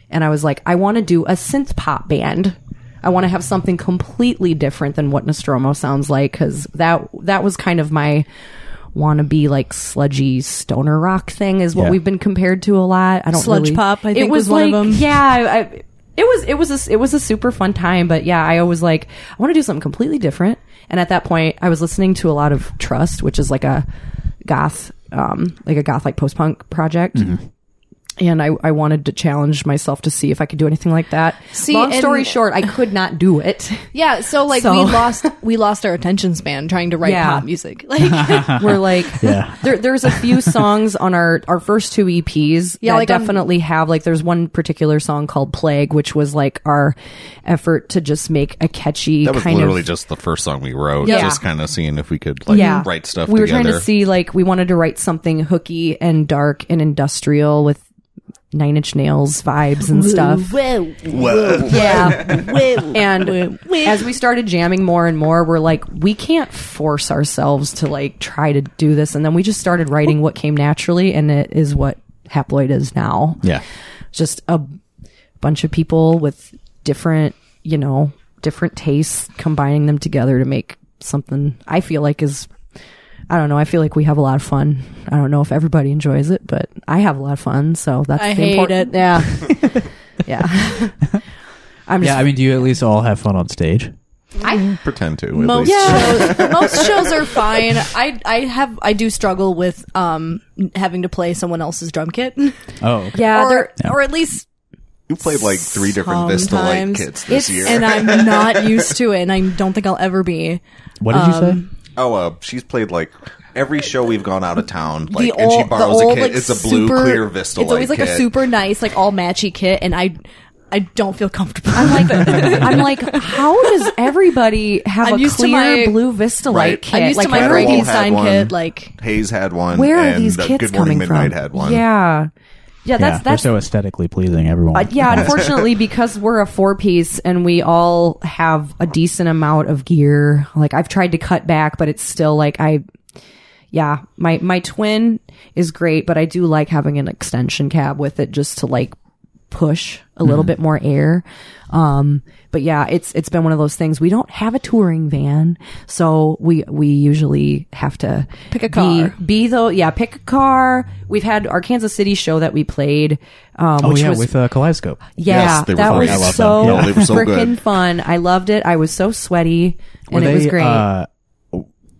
Speaker 3: And I was like I want to do a synth pop band. I want to have something completely different than what Nostromo sounds like because that that was kind of my wannabe like sludgy stoner rock thing is what
Speaker 1: Yeah.
Speaker 3: we've been compared to a lot. I don't
Speaker 4: Sludge
Speaker 3: really-
Speaker 4: pop, I think, was one of
Speaker 3: like,
Speaker 4: them.
Speaker 3: Yeah, I, I, it was it was a, it was a super fun time, but yeah, I always like I want to do something completely different. And at that point, I was listening to a lot of Trust, which is like a goth, um, like a goth like post punk project. And I, I wanted to challenge myself to see if I could do anything like that.
Speaker 4: See,
Speaker 3: Long story
Speaker 4: and-
Speaker 3: short, I could not do it.
Speaker 4: yeah, so like
Speaker 3: So-
Speaker 4: we lost we lost our attention span trying to write
Speaker 3: Yeah.
Speaker 4: pop music. Like
Speaker 3: We're like,
Speaker 1: Yeah.
Speaker 3: there, there's a few songs on our our first two EPs
Speaker 4: Yeah,
Speaker 3: that
Speaker 4: like, um,
Speaker 3: definitely have like. There's one particular song called "Plague," which was like our effort to just make a catchy
Speaker 2: That was
Speaker 3: kind
Speaker 2: literally
Speaker 3: of.
Speaker 2: just the first song we wrote.
Speaker 3: Yeah.
Speaker 2: Just kind of seeing if we could like
Speaker 3: yeah,
Speaker 2: write stuff
Speaker 3: We were
Speaker 2: together.
Speaker 3: trying to see like we wanted to write something hooky and dark and industrial with Nine Inch Nails vibes and stuff.
Speaker 4: Whoa.
Speaker 3: Yeah,
Speaker 4: Whoa.
Speaker 3: and as we started jamming more and more, we're like, we can't force ourselves to like try to do this. And then we just started writing what came naturally, and it is what Haploid is now.
Speaker 1: Yeah.
Speaker 3: Just a bunch of people with different, you know, different tastes combining them together to make something I feel like is. I don't know. I feel like we have a lot of fun. I don't know if everybody enjoys it, but I have a lot of fun. So that's
Speaker 4: I
Speaker 3: the
Speaker 4: hate
Speaker 3: important.
Speaker 4: it.
Speaker 3: Yeah, yeah. I'm just
Speaker 1: Yeah, I mean, do you at least all have fun on stage?
Speaker 2: pretend to. At
Speaker 4: most
Speaker 2: least.
Speaker 4: shows most shows are fine. I I have I do struggle with um having to play someone else's drum kit.
Speaker 1: Oh, okay.
Speaker 3: yeah. there-
Speaker 4: or, or at least
Speaker 2: You played like three different Vista Light
Speaker 4: Sometimes.
Speaker 2: kits this
Speaker 4: It's-
Speaker 2: year.
Speaker 4: and I'm not used to it and I don't think I'll ever be.
Speaker 1: What did
Speaker 3: um,
Speaker 1: you say?
Speaker 2: oh, uh, she's played like every show we've gone out of town. Like,
Speaker 4: the
Speaker 2: and
Speaker 4: old,
Speaker 2: she borrows
Speaker 4: the old,
Speaker 2: a kit.
Speaker 4: Like,
Speaker 2: it's a blue
Speaker 4: super-
Speaker 2: clear Vista
Speaker 4: It's always
Speaker 2: Light
Speaker 4: like
Speaker 2: kit.
Speaker 4: a super nice, like all matchy kit, and I, I don't feel comfortable.
Speaker 3: I'm like, I'm like, how does everybody have
Speaker 4: I'm
Speaker 3: a
Speaker 4: used to
Speaker 3: clear
Speaker 4: my-
Speaker 3: blue Vista light
Speaker 2: Right.
Speaker 3: kit?
Speaker 4: I'm used
Speaker 3: like,
Speaker 4: to my
Speaker 3: where are
Speaker 2: Adderall
Speaker 3: these-
Speaker 2: had
Speaker 4: Frankenstein
Speaker 2: one.
Speaker 4: kid. Like,
Speaker 2: Hayes had one.
Speaker 3: where are
Speaker 2: and
Speaker 3: these
Speaker 2: uh,
Speaker 3: kids
Speaker 2: Good Morning
Speaker 3: coming
Speaker 2: Midnight
Speaker 3: from?
Speaker 2: had one.
Speaker 3: Yeah, yeah, that's
Speaker 1: yeah,
Speaker 3: that's
Speaker 1: they're so aesthetically pleasing, everyone.
Speaker 3: uh, yeah, unfortunately, because we're a four piece and we all have a decent amount of gear, like I've tried to cut back, but it's still like I, yeah, my, my twin is great, but I do like having an extension cab with it just to like push a little bit more air. Um, but yeah, it's, it's been one of those things. We don't have a touring van, so we, we usually have to
Speaker 4: Pick a
Speaker 3: be-
Speaker 4: car.
Speaker 3: Be, though, yeah, pick a car. We've had our Kansas City show that we played, um,
Speaker 1: oh
Speaker 3: which
Speaker 1: yeah,
Speaker 3: was
Speaker 1: with uh, Kaleidoscope.
Speaker 3: yeah,
Speaker 2: Yes, they were
Speaker 3: that
Speaker 2: fun.
Speaker 3: was
Speaker 1: I love
Speaker 3: so
Speaker 1: them. Yeah,
Speaker 2: they were so
Speaker 3: freaking
Speaker 2: good.
Speaker 3: fun. I loved it. I was so sweaty, and it was great.
Speaker 1: Uh,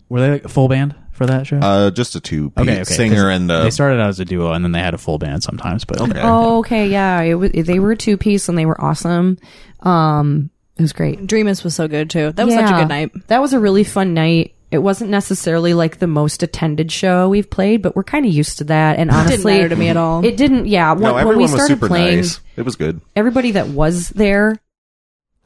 Speaker 1: were they like, full band for that show?
Speaker 2: Uh, just a two piece
Speaker 1: Okay, okay,
Speaker 2: singer
Speaker 1: 'cause
Speaker 2: and uh,
Speaker 1: they
Speaker 2: the.
Speaker 1: started out as a duo, and then they had a full band sometimes. But
Speaker 2: Okay.
Speaker 3: oh, okay, yeah, it was, they were a two piece and they were awesome. Um, it was great.
Speaker 4: Dreamus was so good too. That was such a
Speaker 3: Yeah.
Speaker 4: good night.
Speaker 3: That was a really fun night. It wasn't necessarily like the most attended show we've played, but we're kind of used to that. And honestly,
Speaker 4: matter to me at all.
Speaker 3: It didn't. Yeah, when,
Speaker 2: No,
Speaker 3: when
Speaker 2: everyone
Speaker 3: we
Speaker 2: was
Speaker 3: started
Speaker 2: super
Speaker 3: playing,
Speaker 2: nice. It was good.
Speaker 3: everybody that was there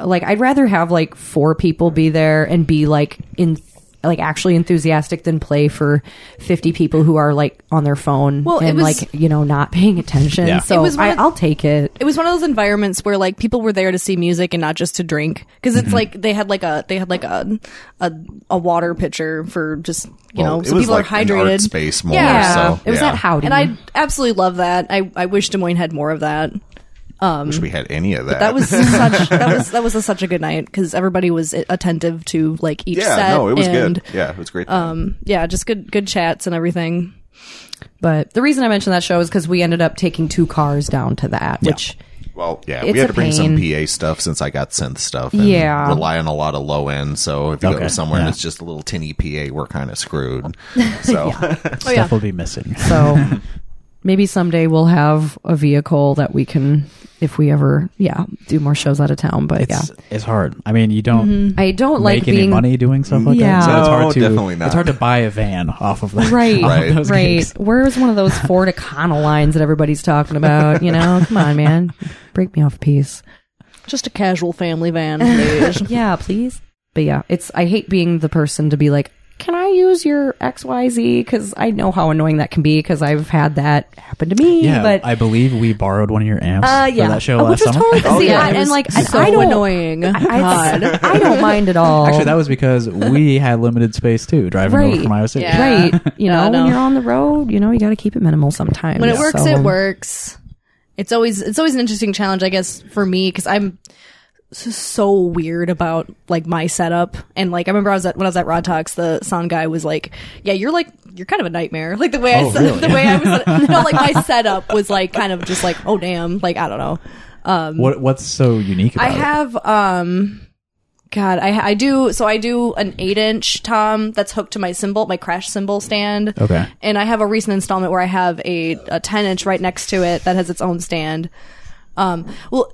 Speaker 3: like i'd rather have like four people be there and be like in like actually enthusiastic than play for 50 people who are like on their phone
Speaker 4: Well, it
Speaker 3: and
Speaker 4: was-
Speaker 3: like you know not paying attention
Speaker 1: Yeah.
Speaker 3: so
Speaker 4: It was one
Speaker 3: I,
Speaker 4: of-
Speaker 3: i'll take it
Speaker 4: It was one of those environments where like people were there to see music and not just to drink because
Speaker 2: Mm-hmm.
Speaker 4: it's like they had like a they had like a a, a water pitcher for just you
Speaker 2: Well,
Speaker 4: know
Speaker 2: it
Speaker 4: so
Speaker 2: was
Speaker 4: people
Speaker 2: like
Speaker 4: are
Speaker 2: an
Speaker 4: hydrated.
Speaker 2: art space more,
Speaker 4: Yeah.
Speaker 2: so,
Speaker 3: it was
Speaker 2: yeah.
Speaker 3: that howdy
Speaker 4: and I absolutely love that. I, I wish Des Moines had more of that.
Speaker 2: Wish we had any of that.
Speaker 4: That was such that was that was a, such a good night because everybody was attentive to like each
Speaker 2: yeah.
Speaker 4: set.
Speaker 2: No, it was
Speaker 4: and,
Speaker 2: good. Yeah, it was great.
Speaker 4: Um, yeah, just good good chats and everything.
Speaker 3: but the reason i mentioned that show is because we ended up taking two cars down to that which
Speaker 2: Well, yeah,
Speaker 3: It's
Speaker 2: we had to
Speaker 3: a
Speaker 2: bring
Speaker 3: pain.
Speaker 2: some PA stuff since I got synth stuff. And
Speaker 3: Yeah.
Speaker 2: rely on a lot of low end. So if you
Speaker 1: Okay,
Speaker 2: go somewhere
Speaker 1: yeah.
Speaker 2: and it's just a
Speaker 3: Oh,
Speaker 2: little tinny PA, we're kind of screwed. So
Speaker 1: stuff will be missing.
Speaker 3: so maybe someday we'll have a vehicle that we can, if we ever, yeah, do more shows out of town. But
Speaker 1: It's
Speaker 3: yeah,
Speaker 1: it's hard. I mean, you don't
Speaker 3: I don't Mm-hmm. like
Speaker 1: make any
Speaker 3: being
Speaker 1: money doing stuff like
Speaker 3: Yeah.
Speaker 1: that. So it's
Speaker 2: No,
Speaker 1: hard to
Speaker 2: definitely not.
Speaker 1: it's hard to buy a van off of that.
Speaker 3: right,
Speaker 1: off of
Speaker 3: right.
Speaker 1: those gigs.
Speaker 3: Where's one of those Ford Econo lines that everybody's talking about? You know, come on, man, break me off a piece.
Speaker 4: Just a casual family van, please.
Speaker 3: Yeah, please. But yeah, it's I hate being the person to be like, can I use your X Y Z? Because I know how annoying that can be. Because I've had that happen to me.
Speaker 1: Yeah,
Speaker 3: but
Speaker 1: I believe we borrowed one of your amps
Speaker 3: Uh, yeah.
Speaker 1: for that show
Speaker 3: Uh,
Speaker 1: last
Speaker 3: which was
Speaker 1: summer.
Speaker 3: totally-
Speaker 2: Oh,
Speaker 3: see,
Speaker 4: yeah.
Speaker 3: I- and like, and
Speaker 4: so
Speaker 3: I don't,
Speaker 4: annoying.
Speaker 3: I, it's- I don't mind at all.
Speaker 1: Actually, that was because we had limited space too, driving
Speaker 3: Right.
Speaker 1: over from Iowa City.
Speaker 4: Yeah.
Speaker 3: right. You know,
Speaker 4: No, no.
Speaker 3: when you're on the road, you know, you got to keep it minimal sometimes.
Speaker 4: when it works,
Speaker 3: So,
Speaker 4: it
Speaker 3: um,
Speaker 4: works. It's always it's always an interesting challenge, I guess, for me because I'm s- so weird about like my setup and like I remember I was at when I was at Rod Talks, the sound guy was like, "Yeah, you're like you're kind of a nightmare." Like the way I
Speaker 1: Oh,
Speaker 4: set-
Speaker 1: really?
Speaker 4: the way I was no like my setup was like kind of just like oh damn like I don't know.
Speaker 1: What what's so unique about
Speaker 4: I have um God, I I do so I do an eight inch tom that's hooked to my cymbal, my crash cymbal stand.
Speaker 1: Okay.
Speaker 4: And I have a recent installment where I have a a ten inch right next to it that has its own stand. Um well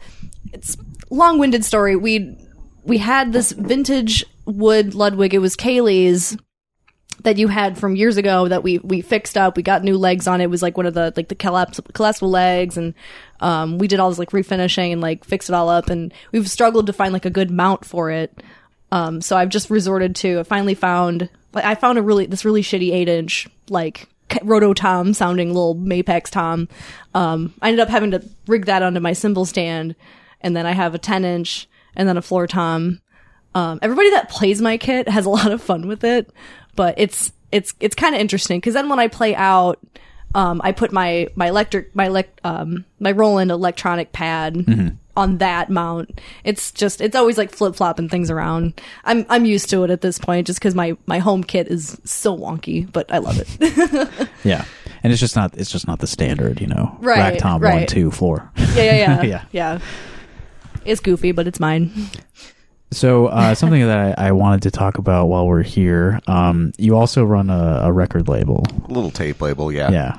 Speaker 4: it's long winded story. We we had this vintage wood Ludwig, it was Kaylee's that you had from years ago that we we fixed up. We got new legs on it. It was like one of the like the collaps- collapsible legs, and um, we did all this like refinishing and like fixed it all up. And we've struggled to find like a good mount for it. Um, so I've just resorted to. I finally found like I found a really this really shitty eight inch like ca- roto tom sounding little Mapex tom. Um, I ended up having to rig that onto my cymbal stand, and then I have a ten inch and then a floor tom. Um, everybody that plays my kit has a lot of fun with it, but it's it's it's kind of interesting because then when I play out, um, I put my my electric my elect, um my Roland electronic pad
Speaker 1: Mm-hmm.
Speaker 4: on that mount. It's just it's always like flip flopping things around. I'm I'm used to it at this point just because my my home kit is so wonky, but I love it.
Speaker 1: it? Yeah. And it's just not it's just not the standard, you know.
Speaker 4: Right,
Speaker 1: Rack Tom one,
Speaker 4: right.
Speaker 1: two, floor.
Speaker 4: yeah, yeah, yeah,
Speaker 1: Yeah.
Speaker 4: yeah, yeah. It's goofy, but it's mine.
Speaker 1: So uh, something that I, I wanted to talk about while we're here, um, you also run a, a record label.
Speaker 2: Little tape label, yeah.
Speaker 1: Yeah.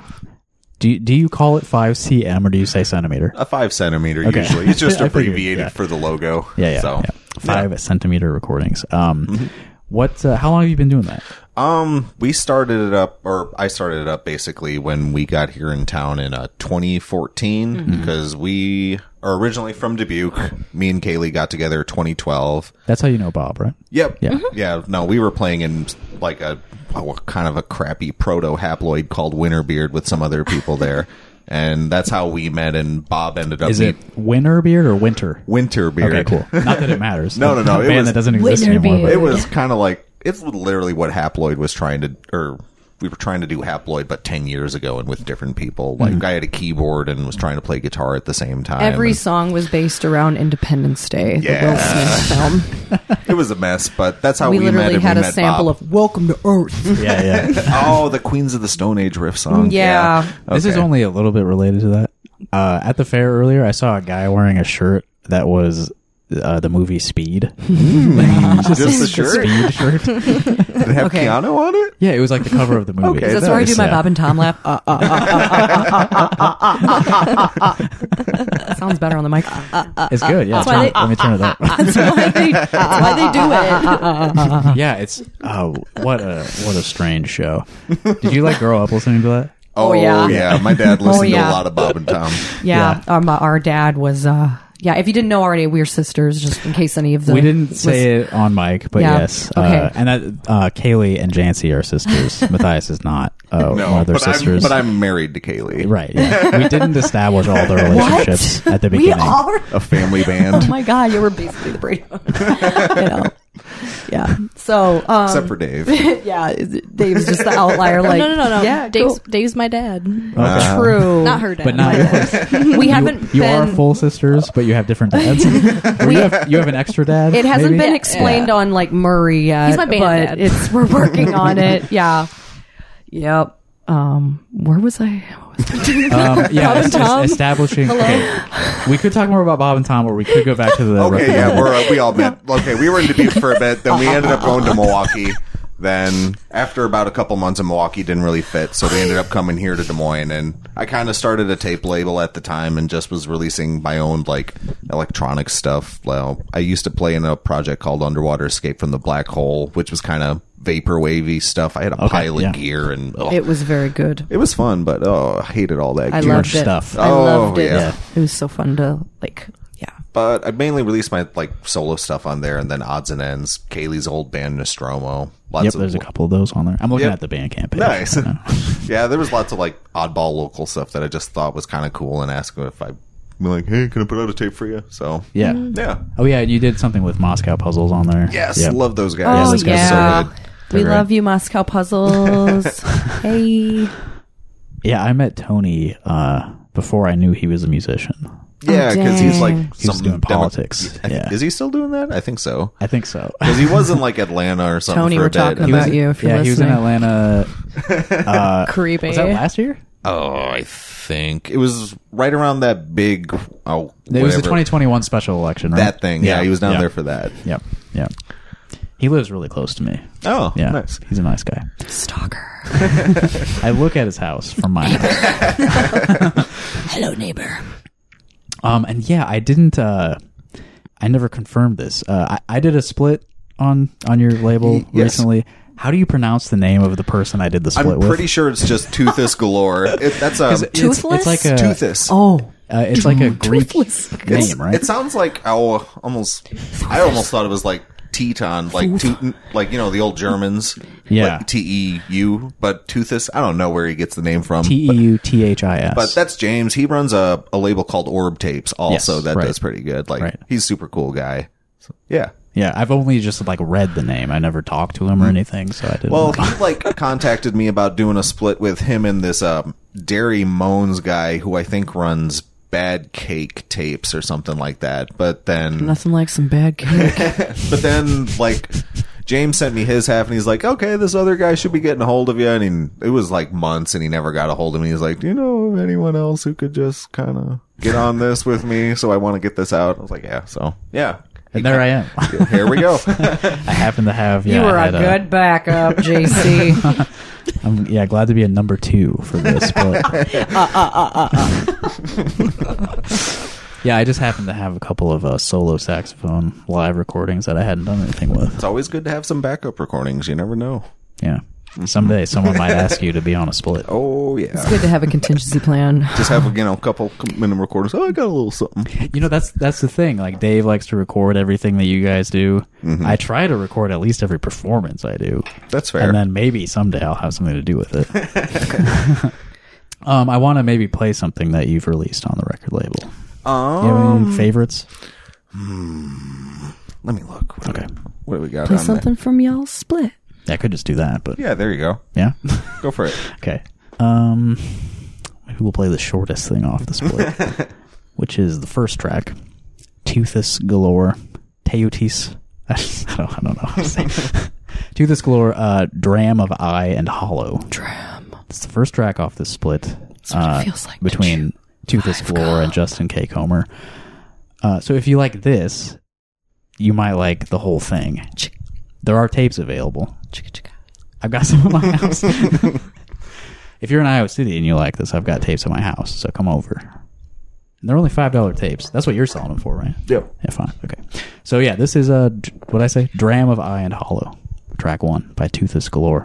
Speaker 1: Do you, do you call it five cm or do you say centimeter?
Speaker 2: A five centimeter
Speaker 1: Okay.
Speaker 2: usually. It's just
Speaker 1: I figured,
Speaker 2: abbreviated
Speaker 1: yeah.
Speaker 2: for the logo.
Speaker 1: Yeah, yeah,
Speaker 2: So Mm-hmm.
Speaker 1: yeah. five centimeter recordings. Um, what? Uh, how long have you been doing that?
Speaker 2: um we started it up or I started it up basically when we got here in town in uh 2014
Speaker 3: Mm-hmm.
Speaker 2: because we are originally from Dubuque. Me and Kaylee got together 2012.
Speaker 1: That's how you know Bob, right?
Speaker 2: Yep.
Speaker 1: Yeah.
Speaker 3: Mm-hmm.
Speaker 2: Yeah. No, we were playing in like a oh, kind of a crappy proto haploid called Winterbeard with some other people there. And that's how we met, and Bob ended up
Speaker 1: Is
Speaker 2: meet-
Speaker 1: it winter beard or winter?
Speaker 2: Winterbeard.
Speaker 1: Okay, cool. Not that it matters.
Speaker 2: No, no, no,
Speaker 1: A
Speaker 2: it
Speaker 1: band
Speaker 2: was-
Speaker 1: that doesn't exist anymore. but-
Speaker 2: It was kind of like it's literally what Haploid was trying to, or we were trying to do Haploid, but ten years ago and with different people. Like I had a keyboard and was trying to play guitar at the same time.
Speaker 3: Mm-hmm. every
Speaker 2: and
Speaker 3: song was based around Independence Day, the Will Smith film.
Speaker 2: it was a mess, but that's how
Speaker 3: we
Speaker 2: we, met.
Speaker 3: literally
Speaker 2: and
Speaker 3: had
Speaker 2: we
Speaker 3: a
Speaker 2: met
Speaker 3: sample
Speaker 2: Bob.
Speaker 3: of Welcome to Earth.
Speaker 1: Yeah, yeah.
Speaker 2: oh the Queens of the Stone Age riff song.
Speaker 3: Yeah.
Speaker 1: This is
Speaker 2: Okay.
Speaker 1: only a little bit related to that. Uh, at the fair earlier, I saw a guy wearing a shirt that was uh, the movie Speed.
Speaker 2: just, a shirt.
Speaker 1: Speed shirt.
Speaker 2: Did it have
Speaker 3: Okay.
Speaker 2: piano on it?
Speaker 1: Yeah, it was like the cover of the movie.
Speaker 2: Okay,
Speaker 3: That's where I do
Speaker 1: nice.
Speaker 3: my
Speaker 1: Yeah.
Speaker 3: Bob and Tom laugh. Uh, uh, uh, uh, uh, uh, uh, uh, uh, uh, uh. Sounds better on the mic. Uh, uh,
Speaker 1: It's good. Yeah, turn it- let me turn it up.
Speaker 4: Why they do it?
Speaker 1: yeah, it's oh, what a what a strange show. Did you like grow up listening to that?
Speaker 2: Oh,
Speaker 3: yeah. Oh,
Speaker 2: My dad listened to
Speaker 3: yeah.
Speaker 2: a lot of Bob and Tom.
Speaker 3: yeah, Um, uh, our dad was. Uh, yeah, if you didn't know already, we're sisters. Just in case any of the
Speaker 1: We didn't say it on mic, but
Speaker 3: Yeah.
Speaker 1: yes. Uh,
Speaker 3: Okay.
Speaker 1: and that, uh, Kaylee and Jancy are sisters. Matthias is not. Uh, one
Speaker 2: No,
Speaker 1: of their
Speaker 2: but I'm,
Speaker 1: sisters.
Speaker 2: but I'm married to Kaylee.
Speaker 1: right. Yeah, we didn't establish all their relationships at the
Speaker 3: We
Speaker 1: beginning.
Speaker 3: are.
Speaker 2: A family band,
Speaker 3: Oh my god, you were basically the Brady. Bunch. you know. Yeah. So um,
Speaker 2: except for Dave.
Speaker 3: yeah, Dave's just the outlier. Like
Speaker 4: no, no, no, no.
Speaker 3: Yeah,
Speaker 4: Dave's
Speaker 3: cool.
Speaker 4: Dave's my dad,
Speaker 1: Okay.
Speaker 3: true.
Speaker 4: not her dad.
Speaker 1: Oh. But not yours.
Speaker 3: we haven't.
Speaker 1: Uh, You
Speaker 3: been,
Speaker 1: are full sisters, but you have different dads. Or you, have, you have an extra dad.
Speaker 3: It hasn't
Speaker 1: maybe?
Speaker 3: been explained
Speaker 4: Yeah.
Speaker 3: on like Murray yet.
Speaker 4: He's my band
Speaker 3: but
Speaker 4: dad.
Speaker 3: It's we're working on it. Yeah. Yep. Um, where was I? What was I doing?
Speaker 1: Um, yeah,
Speaker 4: and
Speaker 1: it's- it's
Speaker 4: Tom?
Speaker 1: establishing. Okay, we could talk more about Bob and Tom, or we could go back to the.
Speaker 2: Okay, yeah, we're uh, we all met. Okay, we were in Dubuque for a bit, then we ended up going to Milwaukee. Then after about a couple months in Milwaukee, didn't really fit, so we ended up coming here to Des Moines, and I kind of started a tape label at the time, and just was releasing my own like electronic stuff. Well, I used to play in a project called Underwater Escape from the Black Hole, which was kind of vapor wavy stuff. I had a pile of
Speaker 1: yeah.
Speaker 2: gear, and oh,
Speaker 3: It
Speaker 2: it,
Speaker 3: was very good.
Speaker 2: was fun, but oh, I hated all that
Speaker 3: I
Speaker 2: gear.
Speaker 3: loved
Speaker 1: much
Speaker 3: it.
Speaker 1: stuff.
Speaker 3: I
Speaker 2: Oh,
Speaker 3: loved it.
Speaker 2: yeah.
Speaker 3: It was so fun to like. Yeah.
Speaker 2: but I mainly released my like solo stuff on there, and then odds and ends, Kaylee's old band Nostromo. Lots
Speaker 1: Yep, there's a couple of those on there. I'm looking
Speaker 2: Yep.
Speaker 1: at the Bandcamp page.
Speaker 2: Nice.
Speaker 1: I know.
Speaker 2: yeah, there was lots of like oddball local stuff that I just thought was kind of cool and asked if I be like, hey, can I put out a tape for you? So
Speaker 1: Yeah.
Speaker 3: Mm.
Speaker 2: yeah,
Speaker 1: Oh yeah, you did something with Moscow puzzles on there.
Speaker 2: yes,
Speaker 1: Yep.
Speaker 2: love those
Speaker 3: Oh,
Speaker 2: guys. Those guys are so good.
Speaker 3: we
Speaker 1: They're
Speaker 3: love you, Moscow Puzzles. hey.
Speaker 1: yeah. I met Tony uh, before I knew he was a musician.
Speaker 2: Yeah, because he's like
Speaker 3: Oh, dang.
Speaker 2: something
Speaker 1: He was doing
Speaker 2: demo-
Speaker 1: politics.
Speaker 2: I think-
Speaker 1: yeah,
Speaker 2: Is he still doing that? I think so.
Speaker 1: I think so.
Speaker 2: Because he was in like Atlanta or something.
Speaker 3: Tony,
Speaker 2: for a
Speaker 3: we're
Speaker 2: bit.
Speaker 3: talking
Speaker 2: He
Speaker 3: about
Speaker 2: was-
Speaker 3: you if you're
Speaker 1: yeah, he was in
Speaker 3: listening.
Speaker 1: Atlanta. Uh,
Speaker 3: Creepy.
Speaker 1: was that last year?
Speaker 2: Oh, I think it was right around that big. Oh,
Speaker 1: It was the
Speaker 2: whatever,
Speaker 1: 2021 special election, right?
Speaker 2: that thing. Yeah, he was down
Speaker 1: yeah.
Speaker 2: there for that.
Speaker 1: Yep. Yeah. He lives really close to me.
Speaker 2: Oh,
Speaker 1: Yeah.
Speaker 2: nice.
Speaker 1: He's a nice guy.
Speaker 3: Stalker.
Speaker 1: I look at his house from my house.
Speaker 3: Hello, neighbor.
Speaker 1: Um, and yeah, I didn't. Uh, I never confirmed this. Uh, I, I did a split on on your label
Speaker 2: yes.
Speaker 1: recently. How do you pronounce the name of the person I did the split
Speaker 2: I'm
Speaker 1: with?
Speaker 2: pretty sure it's just Toothless Galore. It, that's um,
Speaker 1: It's- it's,
Speaker 3: Toothless?
Speaker 1: like a
Speaker 2: Toothless.
Speaker 3: Oh,
Speaker 1: uh, it's like a Greek
Speaker 3: Toothless.
Speaker 1: name,
Speaker 2: It's-
Speaker 1: right?
Speaker 2: It sounds like oh, almost. I almost thought it was like Teton, like Teuton, like you know the old Germans,
Speaker 1: Yeah.
Speaker 2: like T E U, but Toothus. I don't know where he gets the name from.
Speaker 1: T e
Speaker 2: but-
Speaker 1: u t h i s.
Speaker 2: But that's James. He runs a, a label called Orb Tapes. Also,
Speaker 1: Yes,
Speaker 2: that
Speaker 1: right.
Speaker 2: does pretty good. Like
Speaker 1: Right.
Speaker 2: he's a super cool guy. So, yeah.
Speaker 1: yeah, I've only just like read the name. I never talked to him or anything, so I didn't.
Speaker 2: Mm-hmm. Well, he like contacted me about doing a split with him and this um, Dairy Moans guy, who I think runs Bad Cake Tapes or something like that. But then
Speaker 3: nothing like some bad cake.
Speaker 2: But then, like, James sent me his half, and he's like, "Okay, this other guy should be getting a hold of you." And he, it was like months, and he never got a hold of me. He's like, "Do you know of anyone else who could just kind of get on this with me?" So I want to get this out. I was like, "Yeah." So yeah,
Speaker 1: and there I am.
Speaker 2: here we go.
Speaker 1: I happen to have. Yeah,
Speaker 3: you were
Speaker 1: I
Speaker 3: a
Speaker 1: had
Speaker 3: good backup, JC.
Speaker 1: I'm yeah, glad to be a number two for this. But yeah, I just happen to have a couple of uh, solo saxophone live recordings that I hadn't done anything with.
Speaker 2: it's always good to have some backup recordings. You never know.
Speaker 1: Yeah, someday someone might ask you to be on a split.
Speaker 2: Oh yeah,
Speaker 3: Good to have a contingency plan.
Speaker 2: just have you know a couple minimum recordings. Oh, I got a little something.
Speaker 1: You know, that's that's the thing. Like Dave likes to record everything that you guys do. I try to record at least every performance I do.
Speaker 2: That's Mm-hmm. fair.
Speaker 1: And then maybe someday I'll have something to do with it. um, I want to maybe play something that you've released on the record label.
Speaker 2: Um,
Speaker 1: You have any favorites?
Speaker 2: let me look. What do we-
Speaker 1: Okay.
Speaker 2: what do we got?
Speaker 3: Play
Speaker 2: on there?
Speaker 3: something from y'all split.
Speaker 1: Yeah, I could just do that, but
Speaker 2: Yeah, there you go.
Speaker 1: yeah.
Speaker 2: Go for it.
Speaker 1: okay. Um, maybe we'll play the shortest thing off the split, which is the first track, Toothless Galore, Teutis. I don't, I don't know how to say. it. Toothless Galore, uh, Dram of Eye and Hollow.
Speaker 3: Dram.
Speaker 1: It's the first track off this split uh,
Speaker 3: feels like to
Speaker 1: between Toothless Galore and Justin K. Comer. Uh, so if you like this, you might like the whole thing.
Speaker 3: Chick,
Speaker 1: There are tapes available.
Speaker 3: chicka, chicka.
Speaker 1: I've got some at my house. if you're in Iowa City and you like this, I've got tapes at my house, so come over. And they're only five dollar tapes. That's what you're selling them for, right?
Speaker 2: Yeah.
Speaker 1: Yeah, fine. Okay. So yeah, this is a what I say, Dram of Eye and Hollow, track one by Toothless Galore.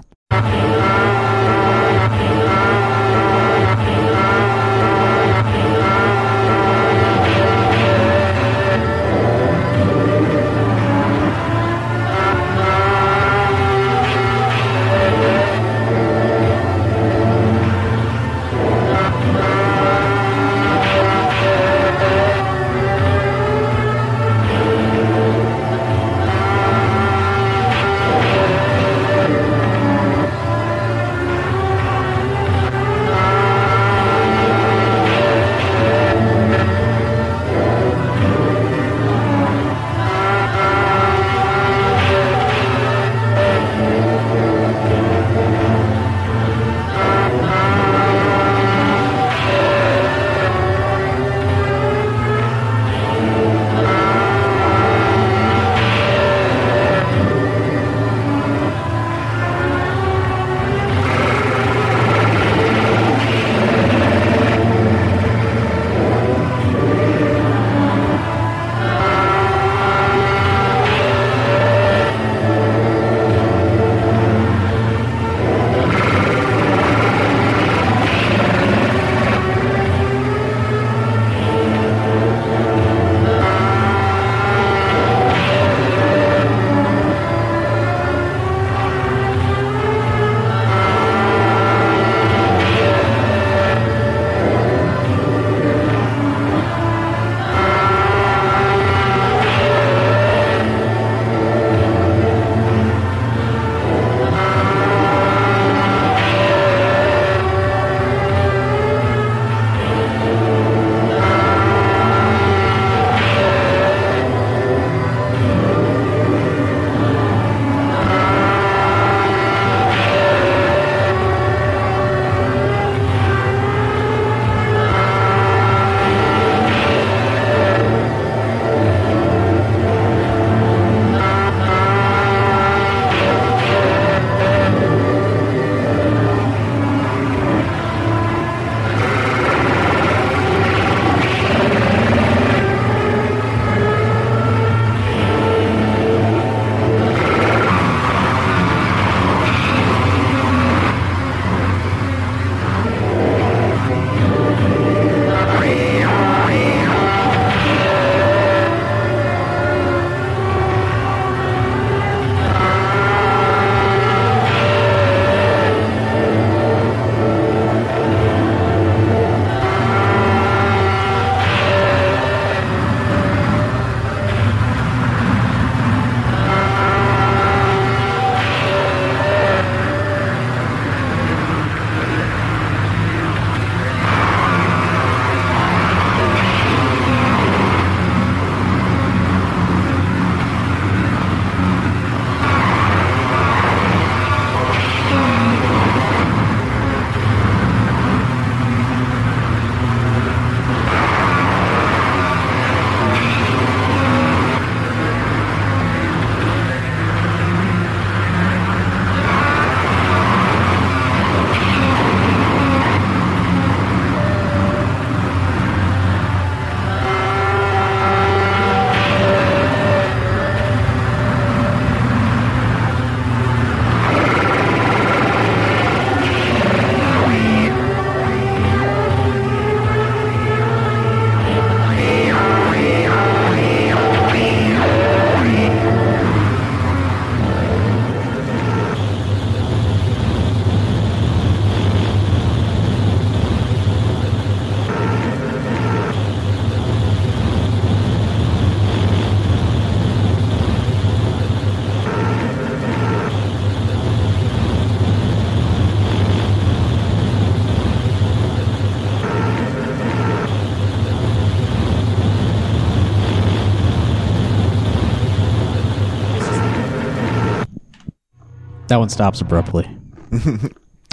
Speaker 1: That one stops abruptly.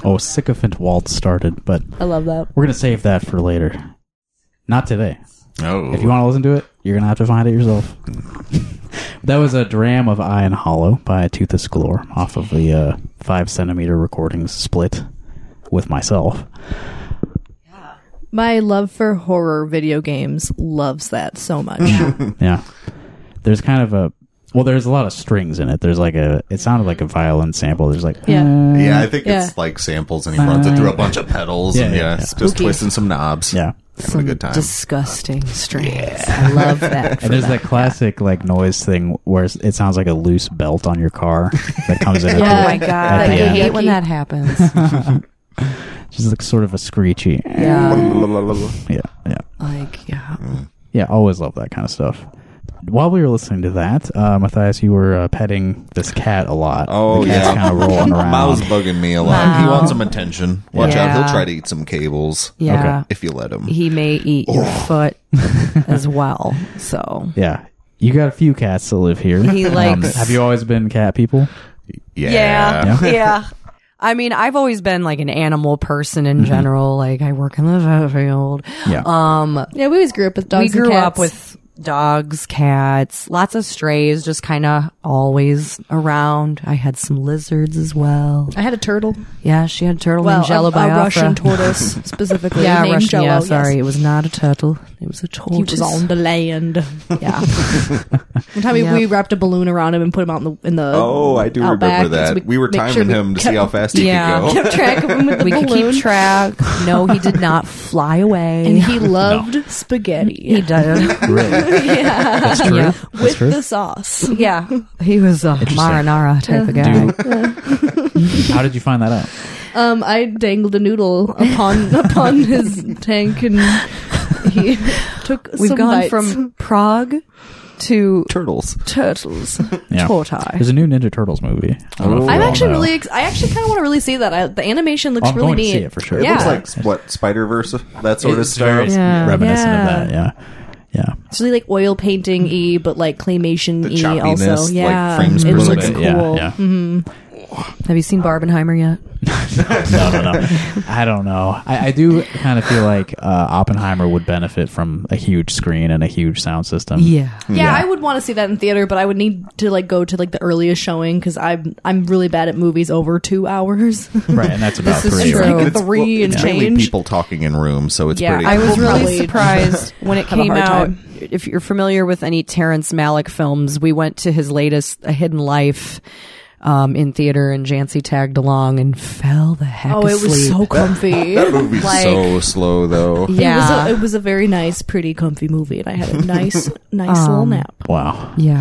Speaker 1: oh, sycophant waltz started, but
Speaker 4: I love that.
Speaker 1: we're gonna save that for later. Not today.
Speaker 2: Oh,
Speaker 1: If you want to listen to it, you're gonna have to find it yourself. that was a dram of Eye and Hollow by Toothless Galore off of the uh, five centimeter recordings split with myself.
Speaker 4: My love for horror video games loves that so much.
Speaker 1: Yeah. There's kind of a well, there's a lot of strings in it. There's like a it sounded like a violin sample. There's like
Speaker 4: Yeah.
Speaker 1: uh,
Speaker 2: yeah, I think
Speaker 4: Yeah.
Speaker 2: it's like samples, and he runs it through a bunch of pedals,
Speaker 1: Yeah,
Speaker 2: and
Speaker 1: yeah,
Speaker 2: yeah,
Speaker 1: yeah.
Speaker 2: just twisting some knobs,
Speaker 1: yeah.
Speaker 2: having a good time.
Speaker 3: disgusting strings. I love that. for
Speaker 1: And there's
Speaker 3: them.
Speaker 1: that classic like noise thing where it's- it sounds like a loose belt on your car that comes in.
Speaker 4: Yeah.
Speaker 3: Oh
Speaker 1: yeah.
Speaker 3: my god!
Speaker 1: At the
Speaker 3: I
Speaker 1: end.
Speaker 3: hate when that happens.
Speaker 1: Just like sort of a screechy.
Speaker 3: yeah,
Speaker 1: Yeah, yeah,
Speaker 3: like yeah.
Speaker 1: yeah. Always love that kind of stuff. While we were listening to that, uh, Matthias, you were uh, petting this cat a lot.
Speaker 2: Oh
Speaker 1: the cat's
Speaker 2: yeah,
Speaker 1: kind of rolling around.
Speaker 2: Mao's bugging me a lot. He
Speaker 3: Mao.
Speaker 2: wants some attention. Watch out,
Speaker 3: Yeah.
Speaker 2: he'll try to eat some cables
Speaker 3: Yeah.
Speaker 2: if you let him.
Speaker 3: He may eat your
Speaker 1: Oh.
Speaker 3: foot as well. So
Speaker 1: Yeah, you got a few cats that live here. Um,
Speaker 3: He likes-
Speaker 1: have you always been cat people?
Speaker 2: Yeah,
Speaker 3: yeah. yeah. I mean, I've always been like an animal person in general. Like I work in the vet field.
Speaker 1: Mm-hmm. Yeah.
Speaker 3: Um,
Speaker 4: yeah, we always grew up with dogs.
Speaker 3: we
Speaker 4: and
Speaker 3: grew up
Speaker 4: cats.
Speaker 3: with dogs, cats, lots of strays, just kind of always around. I had some lizards as well.
Speaker 4: I had a turtle.
Speaker 3: Yeah, she had a turtle
Speaker 4: Well,
Speaker 3: named Jello
Speaker 4: a, a
Speaker 3: Biafra.
Speaker 4: Russian tortoise specifically.
Speaker 3: yeah,
Speaker 4: named
Speaker 3: Russian.
Speaker 4: Jello,
Speaker 3: yeah,
Speaker 4: yes.
Speaker 3: sorry, it was not a turtle. It was a tortoise.
Speaker 4: He was on the land. One
Speaker 3: yeah.
Speaker 4: time we-
Speaker 3: Yeah.
Speaker 4: we wrapped a balloon around him and put him out in the in the.
Speaker 2: Oh, I do
Speaker 4: out
Speaker 2: remember
Speaker 4: back, so
Speaker 2: that. We, were
Speaker 4: make
Speaker 2: timing
Speaker 4: sure we
Speaker 2: him to
Speaker 4: kept-
Speaker 2: see how fast he
Speaker 3: Yeah.
Speaker 2: could go.
Speaker 4: kept track of him with the
Speaker 3: we
Speaker 4: balloon.
Speaker 3: could keep track. No, he did not fly away.
Speaker 4: And he loved spaghetti.
Speaker 3: he did.
Speaker 1: Really?
Speaker 4: yeah,
Speaker 1: That's true.
Speaker 3: Yeah.
Speaker 1: That's
Speaker 4: with
Speaker 1: true.
Speaker 4: the sauce.
Speaker 3: Yeah, he was a
Speaker 1: Interesting.
Speaker 3: marinara type
Speaker 4: Uh-huh.
Speaker 3: of guy.
Speaker 1: Do, how did you find that out?
Speaker 4: Um, I dangled a noodle upon upon his tank, and he took.
Speaker 3: We've
Speaker 4: some
Speaker 3: gone
Speaker 4: bites.
Speaker 3: from Prague to
Speaker 2: Turtles.
Speaker 3: turtles.
Speaker 1: Yeah.
Speaker 3: Tortoise.
Speaker 1: There's a new Ninja Turtles movie. I don't know if you
Speaker 4: I'm
Speaker 1: all
Speaker 4: actually
Speaker 1: know.
Speaker 4: really. Ex- I actually kind of want to really see that. I, the animation looks
Speaker 1: Oh, I'm
Speaker 4: really
Speaker 1: going
Speaker 4: neat.
Speaker 1: to see it for sure.
Speaker 2: It
Speaker 4: Yeah.
Speaker 2: looks like what Spider Verse, that sort
Speaker 1: It's
Speaker 2: of stuff.
Speaker 1: very
Speaker 3: Yeah.
Speaker 1: reminiscent
Speaker 4: Yeah.
Speaker 1: of that. Yeah, yeah.
Speaker 4: It's really like oil painting y, but like claymation
Speaker 2: The
Speaker 4: y
Speaker 2: choppiness,
Speaker 4: also.
Speaker 2: like,
Speaker 4: Yeah,
Speaker 2: frames
Speaker 4: it
Speaker 2: per
Speaker 4: looks
Speaker 1: little
Speaker 2: second.
Speaker 1: bit,
Speaker 4: cool. Mm-hmm.
Speaker 1: Yeah, yeah.
Speaker 3: Have you seen Barbenheimer yet?
Speaker 2: Mm-hmm.
Speaker 1: I don't know. I don't know. I, I do kind of feel like uh, Oppenheimer would benefit from a huge screen and a huge sound system.
Speaker 4: Yeah,
Speaker 2: Hmm.
Speaker 4: I would want to see that in theater, but I would need to like go to like the earliest showing because I'm I'm really bad at movies over two hours.
Speaker 1: right, and that's about
Speaker 3: This is
Speaker 1: three.
Speaker 3: true.
Speaker 1: right?
Speaker 4: Like three and
Speaker 2: it's mainly
Speaker 4: change.
Speaker 2: people talking in rooms, so it's
Speaker 3: Yeah,
Speaker 2: pretty.
Speaker 3: I was really
Speaker 4: probably
Speaker 3: surprised when it
Speaker 4: have a
Speaker 3: came
Speaker 4: hard
Speaker 3: out.
Speaker 4: time.
Speaker 3: If you're familiar with any Terrence Malick films, we went to his latest, A Hidden Life, um, in theater, and Jancy tagged along and fell the heck
Speaker 4: oh, it was
Speaker 3: asleep.
Speaker 4: so comfy.
Speaker 2: that movie's
Speaker 3: like-
Speaker 2: so slow though.
Speaker 3: yeah,
Speaker 4: It was, a, it was a very nice, pretty, comfy movie, and I had a nice, nice little nap.
Speaker 1: Wow.
Speaker 3: yeah.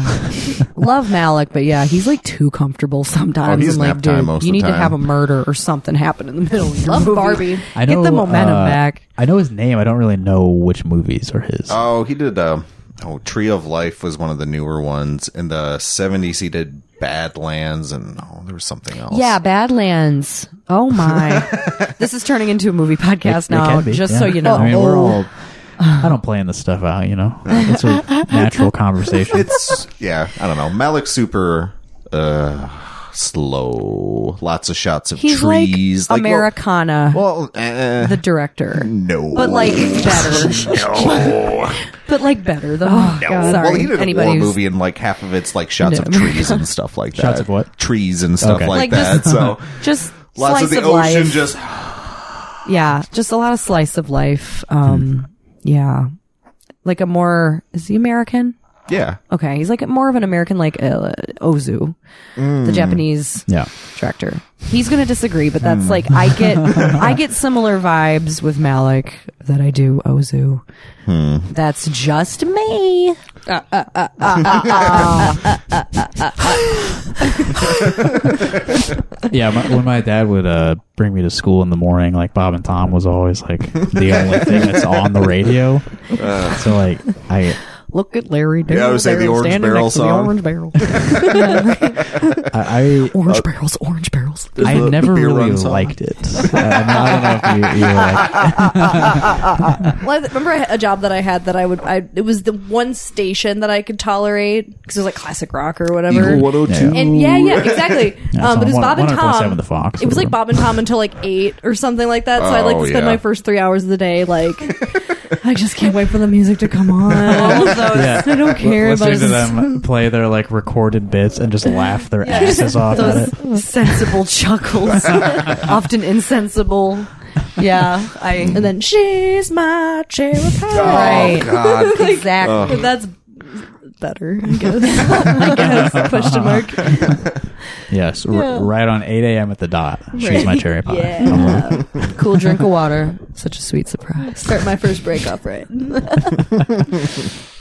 Speaker 3: Love Malick, but yeah, he's like too comfortable sometimes.
Speaker 2: Oh, he's
Speaker 3: I'm like,
Speaker 2: nap time
Speaker 3: dude,
Speaker 2: most of
Speaker 3: you
Speaker 2: the
Speaker 3: need to
Speaker 2: time.
Speaker 3: have a murder or something happen in the middle. Of your
Speaker 4: Love
Speaker 3: movie.
Speaker 4: Barbie.
Speaker 1: I know,
Speaker 3: Get the momentum
Speaker 1: uh,
Speaker 3: back.
Speaker 1: I know his name. I don't really know which movies are his.
Speaker 2: Oh, he did. Uh, oh, Tree of Life was one of the newer ones in the '70s. He did Badlands, and oh, there was something else.
Speaker 3: Yeah, Badlands. Oh my. this is turning into a movie podcast
Speaker 1: They
Speaker 3: now,
Speaker 1: can be,
Speaker 3: just
Speaker 1: yeah.
Speaker 3: so you know. Oh.
Speaker 1: I mean, we're all. I don't plan this stuff out, you know. It's a natural conversation.
Speaker 2: it's yeah. I don't know. Malik's super uh, slow. Lots of shots of
Speaker 3: He's
Speaker 2: trees.
Speaker 3: like
Speaker 2: well-
Speaker 3: Americana,
Speaker 2: Well, eh,
Speaker 3: the director.
Speaker 2: no,
Speaker 3: But like better.
Speaker 2: no.
Speaker 3: but like better though. Oh, God. Sorry.
Speaker 2: Well, he did a
Speaker 3: Anybody
Speaker 2: war
Speaker 3: who's-
Speaker 2: movie, and like half of it's like shots of
Speaker 3: No.
Speaker 2: trees and stuff like that.
Speaker 1: Shots of what?
Speaker 2: Trees and stuff
Speaker 1: Okay.
Speaker 3: Like
Speaker 2: like,
Speaker 3: just-
Speaker 2: that. so
Speaker 3: Just
Speaker 2: lots
Speaker 3: slice
Speaker 2: of
Speaker 3: of,
Speaker 2: the
Speaker 3: life.
Speaker 2: ocean. Just
Speaker 3: yeah. Just a lot of slice of life. Um
Speaker 2: Hmm.
Speaker 3: yeah. Like a more is he American?
Speaker 2: yeah.
Speaker 3: Okay, he's like more of an American, like uh, Ozu,
Speaker 2: Hmm.
Speaker 3: the Japanese
Speaker 1: Yeah.
Speaker 3: director. He's gonna disagree, but that's like I get I get similar vibes with Malik that I do Ozu. That's just me.
Speaker 1: Yeah, my, when my dad would uh, bring me to school in the morning, like Bob and Tom was always like the only thing that's on the radio. so like I
Speaker 3: Look at Larry.
Speaker 2: Yeah, I would say the
Speaker 3: Daryl
Speaker 2: Orange
Speaker 3: standing
Speaker 2: Barrel
Speaker 3: next to
Speaker 2: song.
Speaker 3: the
Speaker 2: Uh,
Speaker 3: Orange barrel.
Speaker 1: I
Speaker 3: orange barrels. Orange barrels.
Speaker 1: I, I
Speaker 2: The- the
Speaker 1: never
Speaker 2: beer
Speaker 1: really
Speaker 2: run song.
Speaker 1: liked it. Uh, I don't know if you, you like
Speaker 4: Well, I th- remember I had a job that I had that I would. I it was the one station that I could tolerate because it was like classic rock or whatever.
Speaker 2: Eagle 102.
Speaker 4: And yeah, yeah, exactly.
Speaker 1: Yeah,
Speaker 4: um, but it
Speaker 1: it's
Speaker 4: was
Speaker 1: on
Speaker 4: Bob and
Speaker 1: 100.7
Speaker 4: Tom.
Speaker 1: The Fox,
Speaker 4: it was like
Speaker 1: whatever.
Speaker 4: Bob and Tom until like eight or something like that. So I like
Speaker 2: Oh,
Speaker 4: to spend
Speaker 2: yeah.
Speaker 4: my first three hours of the day like I just can't wait for the music to come on. All of those.
Speaker 1: Yeah.
Speaker 4: I don't care about
Speaker 1: listening to
Speaker 4: this-
Speaker 1: them play their like recorded bits and just laugh their asses off at it.
Speaker 3: Those sensible chuckles, often insensible. Yeah, I.
Speaker 4: And then she's my Cherokee.
Speaker 2: Oh,
Speaker 3: right.
Speaker 2: God.
Speaker 3: Exactly.
Speaker 4: But that's better, I guess. I guess. Question mark.
Speaker 1: Yes, r-
Speaker 4: Yeah.
Speaker 1: right on 8 a.m. at the dot. She's my cherry pie.
Speaker 4: Yeah.
Speaker 3: cool drink of water. Such a sweet surprise.
Speaker 4: Start my first breakup right.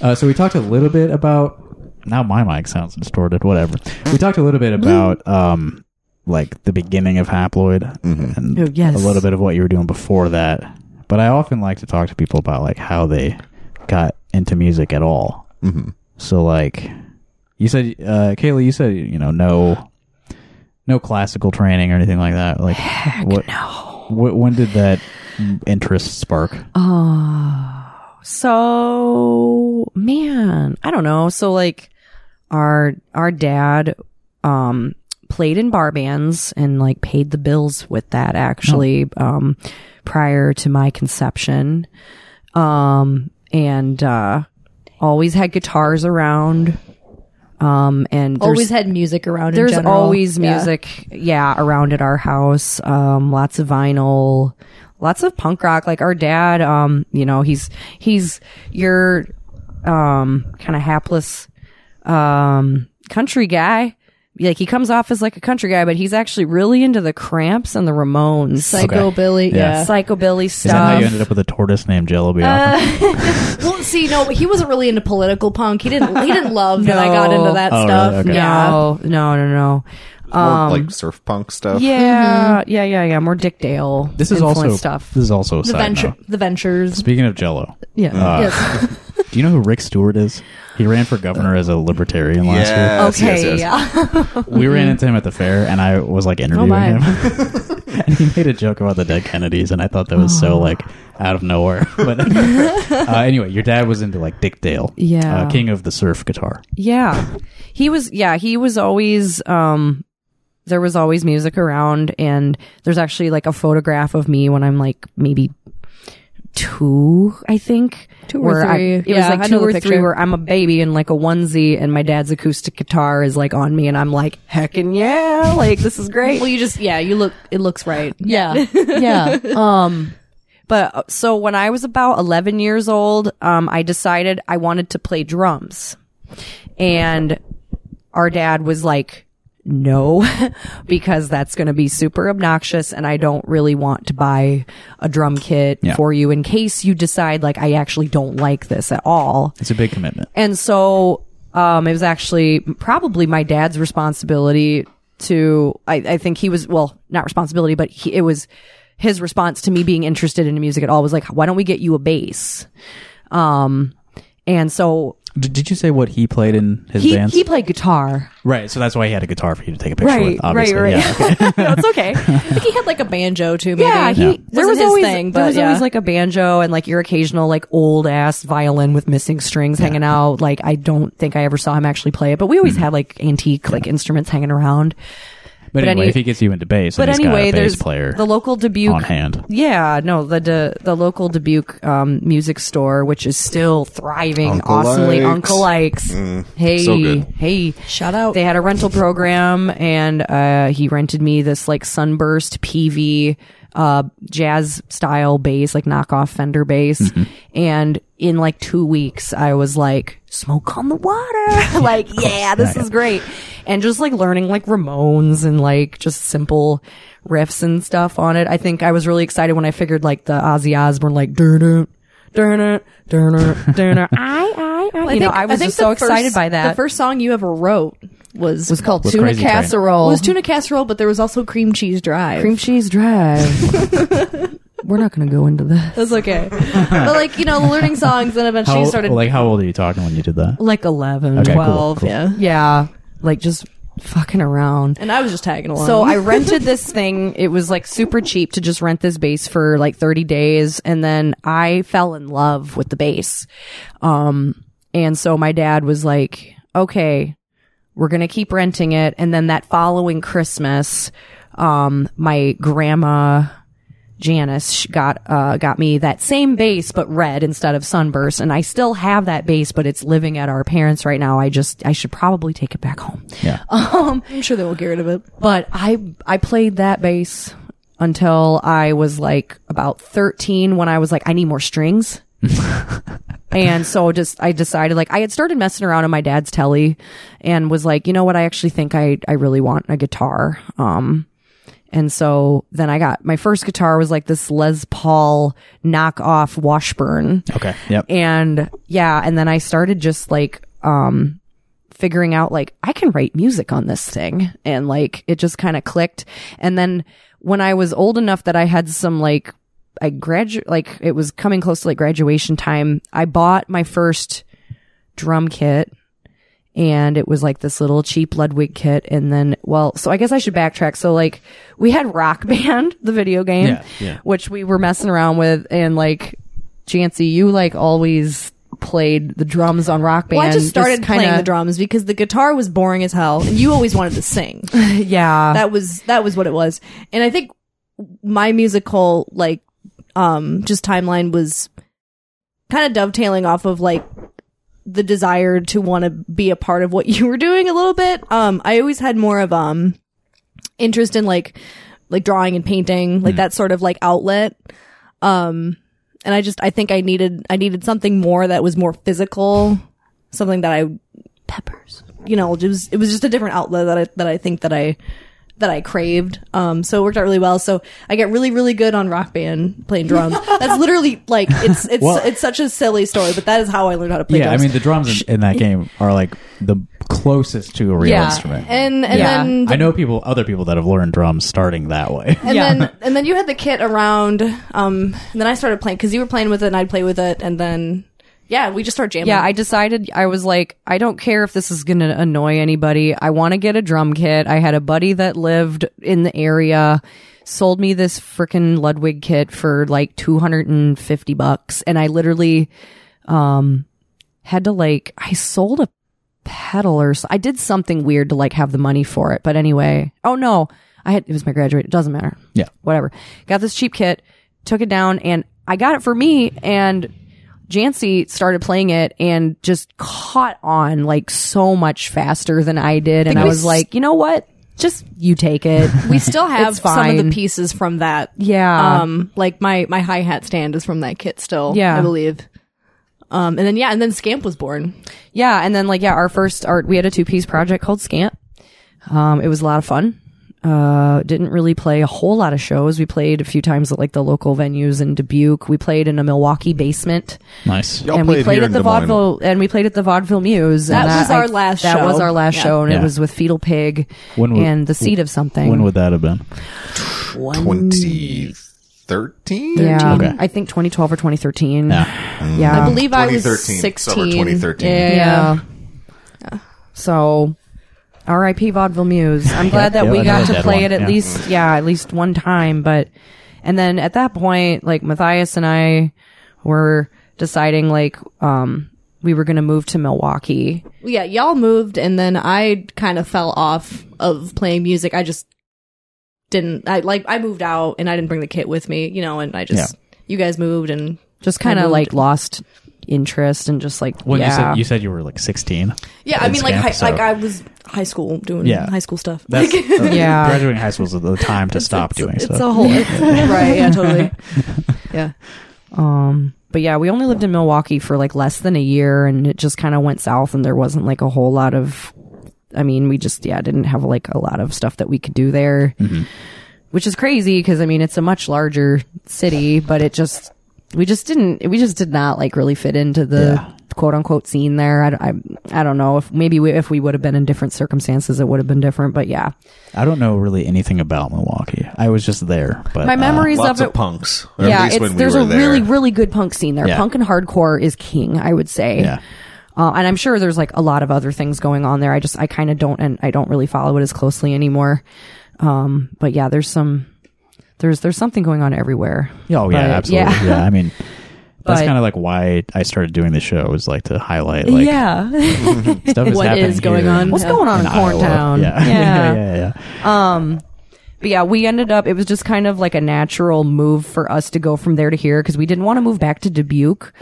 Speaker 1: Uh, so we talked a little bit about. Now my mic sounds distorted. Whatever. We talked a little bit about um, like the beginning of Haploid and
Speaker 3: Oh, yes.
Speaker 1: a little bit of what you were doing before that. But I often like to talk to people about like how they got into music at all. Mm-hmm. So like you said, uh, Kaylee, you said you know no no classical training or anything like that. Like what? No. when did that interest spark?
Speaker 3: So man, I don't know. So like our our dad um played in bar bands and like paid the bills with that actually um prior to my conception. Um and uh always had guitars around. Um and there's-
Speaker 4: Always had music around.
Speaker 3: there's
Speaker 4: in general.
Speaker 3: always
Speaker 4: Yeah.
Speaker 3: music yeah. around at our house um lots of vinyl lots of punk rock like our dad um you know he's he's your um kind of hapless um country guy like he comes off as like a country guy but he's actually really into the cramps and the ramones
Speaker 4: Psycho
Speaker 1: Okay.
Speaker 4: Billy.
Speaker 1: Yeah.
Speaker 4: Yeah.
Speaker 3: psychobilly
Speaker 1: Is that how you
Speaker 3: stuff
Speaker 1: ended up with a tortoise named Jellyby?
Speaker 3: uh,
Speaker 4: Well, see, no, he wasn't really into political punk. He didn't. He didn't love that I got into that
Speaker 1: Oh,
Speaker 4: stuff.
Speaker 1: really? Okay.
Speaker 4: Yeah.
Speaker 3: no no no no Um,
Speaker 2: More like surf punk stuff.
Speaker 3: yeah
Speaker 4: Mm-hmm.
Speaker 3: yeah yeah yeah more dick dale
Speaker 1: this is also
Speaker 3: influence stuff
Speaker 1: This is also a
Speaker 4: The
Speaker 1: side
Speaker 4: venture,
Speaker 1: note.
Speaker 4: the ventures.
Speaker 1: Speaking of Jello,
Speaker 3: yeah
Speaker 1: uh,
Speaker 4: yes.
Speaker 1: do you know who Rick Stewart is? He ran for governor as a libertarian last year.
Speaker 2: Yes, yes, yes.
Speaker 1: We ran into him at the fair, and I was like interviewing
Speaker 3: Oh. my.
Speaker 1: him, and he made a joke about the dead Kennedys, and I thought that was so like out of nowhere. But uh, anyway, your dad was into like Dick Dale,
Speaker 3: Yeah.
Speaker 1: uh, king of the surf guitar.
Speaker 3: Yeah. He was yeah, he was always um there was always music around and there's actually like a photograph of me when I'm like maybe two, I think.
Speaker 4: Two or
Speaker 3: where I-
Speaker 4: three.
Speaker 3: it
Speaker 4: Yeah,
Speaker 3: was
Speaker 4: I
Speaker 3: like
Speaker 4: know
Speaker 3: two
Speaker 4: the
Speaker 3: or three
Speaker 4: picture.
Speaker 3: where I'm a baby in like a onesie and my dad's acoustic guitar is like on me and I'm like, heckin' yeah, like this is great.
Speaker 4: Well, you just yeah, you look. It looks right.
Speaker 3: Yeah. Yeah. um but uh, so when I was about 11 years old, um I decided I wanted to play drums. And our dad was like no because that's going to be super obnoxious and I don't really want to buy a drum kit
Speaker 1: Yeah.
Speaker 3: for you in case you decide like I actually don't like this at all.
Speaker 1: It's a big commitment.
Speaker 3: And so um, it was actually probably my dad's responsibility to, I, I think he was, well, not responsibility, but he, it was his response to me being interested in music at all was like, why don't we get you a bass? Um, and so
Speaker 1: Did, did you say what he played in his
Speaker 3: he,
Speaker 1: bands?
Speaker 3: he played guitar.
Speaker 1: right, so that's why he had a guitar for you to take a picture with. Obviously, yeah.
Speaker 3: no, it's okay.
Speaker 4: I think he had like a banjo too. Maybe.
Speaker 3: Yeah, he, there was
Speaker 4: Wasn't his
Speaker 3: always
Speaker 4: thing,
Speaker 3: there
Speaker 4: but
Speaker 3: was
Speaker 4: yeah.
Speaker 3: always like a banjo and like your occasional like old ass violin with missing strings hanging out. Like I don't think I ever saw him actually play it, but we always
Speaker 1: Mm-hmm.
Speaker 3: had like antique like instruments hanging around.
Speaker 1: But, anyway,
Speaker 3: any-
Speaker 1: if he gets you into bass,
Speaker 3: But
Speaker 1: then he's
Speaker 3: anyway,
Speaker 1: got a bass
Speaker 3: there's
Speaker 1: player
Speaker 3: the local Dubuque
Speaker 1: on hand.
Speaker 3: Yeah, no, the the, the local Dubuque um, music store, which is still thriving
Speaker 2: Uncle
Speaker 3: awesomely.
Speaker 2: Ike's.
Speaker 3: Uncle Ike's. hey,
Speaker 2: Mm. so good.
Speaker 3: hey,
Speaker 4: Shout out.
Speaker 3: They had a rental program, and uh, he rented me this like sunburst PV uh, jazz style bass, like knockoff Fender bass.
Speaker 2: Mm-hmm.
Speaker 3: And in like two weeks, I was like, "Smoke on the water!" like, yeah, this is great. And just like learning like Ramones and like just simple riffs and stuff on it. I think I was really excited when I figured like the Ozzy Osbourne like dun dun dun dun I I I. You know, I was
Speaker 4: think
Speaker 3: just so
Speaker 4: the first-
Speaker 3: excited by that.
Speaker 4: The first song you ever wrote was
Speaker 3: was called
Speaker 4: tuna
Speaker 1: Crazy Train.
Speaker 4: It
Speaker 3: casserole.
Speaker 4: was tuna casserole, but there was also cream cheese drive.
Speaker 3: cream cheese drive. we're not going to go into this.
Speaker 4: That's okay. but like you know, learning songs, and eventually
Speaker 1: How,
Speaker 4: started
Speaker 1: like, how old are you talking when you did that?
Speaker 3: Like 11,
Speaker 1: Okay, cool,
Speaker 3: 12.
Speaker 1: cool.
Speaker 4: Yeah.
Speaker 3: Yeah. Like just fucking around.
Speaker 4: and I was just tagging along.
Speaker 3: So I rented this thing. It was like super cheap to just rent this bass for like 30 days. And then I fell in love with the bass. Um, and so my dad was like, okay, we're going to keep renting it. And then that following Christmas, um, my grandma, Janice sh- got uh, got me that same bass but red instead of sunburst, and I still have that bass, but it's living at our parents right now. I just I should probably take it back home.
Speaker 1: Yeah.
Speaker 4: I'm sure they will get rid of it.
Speaker 3: But I I played that bass until I was like about 13 when I was like I need more strings. and so just I decided like I had started messing around in my dad's telly and was like, you know what, I actually think I I really want a guitar. Um and so then I got my first guitar was like this Les Paul knockoff Washburn.
Speaker 1: Okay. Yep.
Speaker 3: And yeah, and then I started just like um figuring out like I can write music on this thing and like it just kind of clicked. And then when I was old enough that I had some like I gradu like it was coming close to like graduation time, I bought my first drum kit and it was like this little cheap Ludwig kit. And then, well, so I guess I should backtrack. So like we had Rock Band, the video game,
Speaker 1: Yeah, yeah.
Speaker 3: which we were messing around with. And like, Jancy, you like always played the drums on Rock Band.
Speaker 4: Well, I just started
Speaker 3: kinda-
Speaker 4: playing the drums because the guitar was boring as hell, and you always wanted to sing.
Speaker 3: Yeah.
Speaker 4: that was that was what it was, and I think my musical like um just timeline was kind of dovetailing off of like the desire to want to be a part of what you were doing a little bit. Um, I always had more of um interest in like like drawing and painting,
Speaker 1: Hmm.
Speaker 4: like that sort of like outlet. Um, and I just I think I needed I needed something more that was more physical, something that I peppers. You know, it was it was just a different outlet that I that I think that I that I craved. Um, so it worked out really well. So I get really really good on rock band playing drums. That's literally like it's it's
Speaker 1: Well-
Speaker 4: it's such a silly story, but that is how I learned how to play
Speaker 1: yeah. I
Speaker 4: drums.
Speaker 1: mean, the drums in, in that game are like the closest to a real
Speaker 3: Yeah.
Speaker 1: instrument.
Speaker 4: and and
Speaker 3: Yeah.
Speaker 4: then
Speaker 1: I know people, other people that have learned drums starting that way.
Speaker 4: and
Speaker 3: Yeah.
Speaker 4: then and then you had the kit around um and then i started playing because you were playing with it and i'd play with it and then yeah we just started jamming
Speaker 3: Yeah, I decided I was like, I don't care if this is going to annoy anybody. I want to get a drum kit. I had a buddy that lived in the area sold me this freaking Ludwig kit for like 250 bucks and I literally um had to like I sold a pedal or so. I did something weird to like have the money for it. But anyway, oh no, I had it was my graduate. It doesn't matter.
Speaker 1: Yeah.
Speaker 3: whatever. Got this cheap kit, took it down, and I got it for me. And Jancy started playing it and just caught on like so much faster than I did. And I
Speaker 4: we
Speaker 3: was
Speaker 4: s-
Speaker 3: like, you know what? Just you take it.
Speaker 4: we still have
Speaker 3: It's
Speaker 4: some of
Speaker 3: fine.
Speaker 4: the pieces from that
Speaker 3: Yeah.
Speaker 4: um like my my hi-hat stand is from that kit still
Speaker 3: Yeah.
Speaker 4: i believe um and then yeah and then scamp was born
Speaker 3: Yeah, and then like yeah, our first art we had a two piece project called Scant. Um, it was a lot of fun. Uh, didn't really play a whole lot of shows. We played a few times at like the local venues in Dubuque. We played in a Milwaukee basement,
Speaker 1: Nice.
Speaker 2: Y'all
Speaker 3: and we
Speaker 2: played
Speaker 3: played
Speaker 2: here in
Speaker 3: at the
Speaker 2: Des Moines.
Speaker 3: vaudeville, and we played at the vaudeville Muse.
Speaker 4: That
Speaker 3: and
Speaker 4: was our last
Speaker 3: That
Speaker 4: show.
Speaker 3: was our last
Speaker 4: Yeah.
Speaker 3: show, and
Speaker 1: Yeah.
Speaker 3: it was with Fetal Pig
Speaker 1: When would-
Speaker 3: and the seed of something.
Speaker 1: When would that have been?
Speaker 2: 2013?
Speaker 3: yeah,
Speaker 1: Okay.
Speaker 3: I think 2012 or 2013.
Speaker 1: Yeah.
Speaker 3: Yeah.
Speaker 4: i believe i was
Speaker 2: 2013,
Speaker 4: 16
Speaker 2: summer 2013.
Speaker 4: yeah,
Speaker 3: Yeah. So, R.I.P. Vaudeville Muse. I'm glad that
Speaker 1: Yeah,
Speaker 3: we
Speaker 1: I
Speaker 3: got
Speaker 1: know
Speaker 3: to
Speaker 1: that
Speaker 3: play
Speaker 1: one,
Speaker 3: it at
Speaker 1: yeah.
Speaker 3: least, yeah, at least one time. But, and then at that point, like Matthias and I were deciding, like, um, we were going to move to Milwaukee.
Speaker 4: yeah y'all moved and then i kind of fell off of playing music i just didn't i like i moved out and i didn't bring the kit with me you know and i just you guys moved and
Speaker 3: Just kind
Speaker 4: I
Speaker 3: of
Speaker 4: moved-
Speaker 3: like lost interest and just like,
Speaker 1: When
Speaker 3: yeah.
Speaker 1: you said you said you were like 16.
Speaker 4: Yeah, I
Speaker 1: in
Speaker 4: mean, like,
Speaker 1: Scamp,
Speaker 4: hi,
Speaker 1: so
Speaker 4: like I was high school doing
Speaker 1: Yeah.
Speaker 4: high school stuff.
Speaker 1: that's,
Speaker 4: Like,
Speaker 1: uh,
Speaker 3: Yeah.
Speaker 1: Graduating high school is the time to stop doing
Speaker 4: it's
Speaker 1: stuff.
Speaker 4: a whole it's- right. Yeah, totally. Yeah,
Speaker 3: Um, but yeah, we only lived in Milwaukee for like less than a year and it just kind of went south and there wasn't like a whole lot of, I mean, we just, yeah, didn't have like a lot of stuff that we could do there,
Speaker 1: Mm-hmm.
Speaker 3: which is crazy because I mean, it's a much larger city, but it just, we just didn't, we just did not like really fit into the quote unquote scene there. I, d- I- I don't know if maybe we, if we would have been in different circumstances, it would have been different, but yeah.
Speaker 1: I don't know really anything about Milwaukee. I was just there. But
Speaker 3: My
Speaker 1: uh,
Speaker 3: memories
Speaker 2: Lots
Speaker 3: of it.
Speaker 2: of punks. or at
Speaker 3: yeah,
Speaker 2: least
Speaker 3: it's,
Speaker 2: when we
Speaker 3: there's
Speaker 2: were
Speaker 3: a
Speaker 2: there.
Speaker 3: really, really good punk scene there.
Speaker 1: Yeah.
Speaker 3: Punk and hardcore is king, I would say.
Speaker 1: Yeah.
Speaker 3: Uh, and I'm sure there's like a lot of other things going on there. I just, I kind of don't, and I don't really follow it as closely anymore. Um, but yeah, there's some, there's, there's something going on everywhere.
Speaker 1: Oh yeah,
Speaker 3: But,
Speaker 1: absolutely. Yeah.
Speaker 3: yeah.
Speaker 1: I mean, that's
Speaker 3: But-
Speaker 1: kind of like why I started doing the show is like to highlight like
Speaker 3: yeah.
Speaker 1: stuff is
Speaker 4: What
Speaker 1: happening
Speaker 4: is going
Speaker 1: here
Speaker 4: on?
Speaker 3: What's going on in
Speaker 1: Iowa.
Speaker 3: Corntown?
Speaker 1: Yeah. yeah, yeah, yeah.
Speaker 3: But yeah, we ended up, it was just kind of like a natural move for us to go from there to here because we didn't want to move back to Dubuque.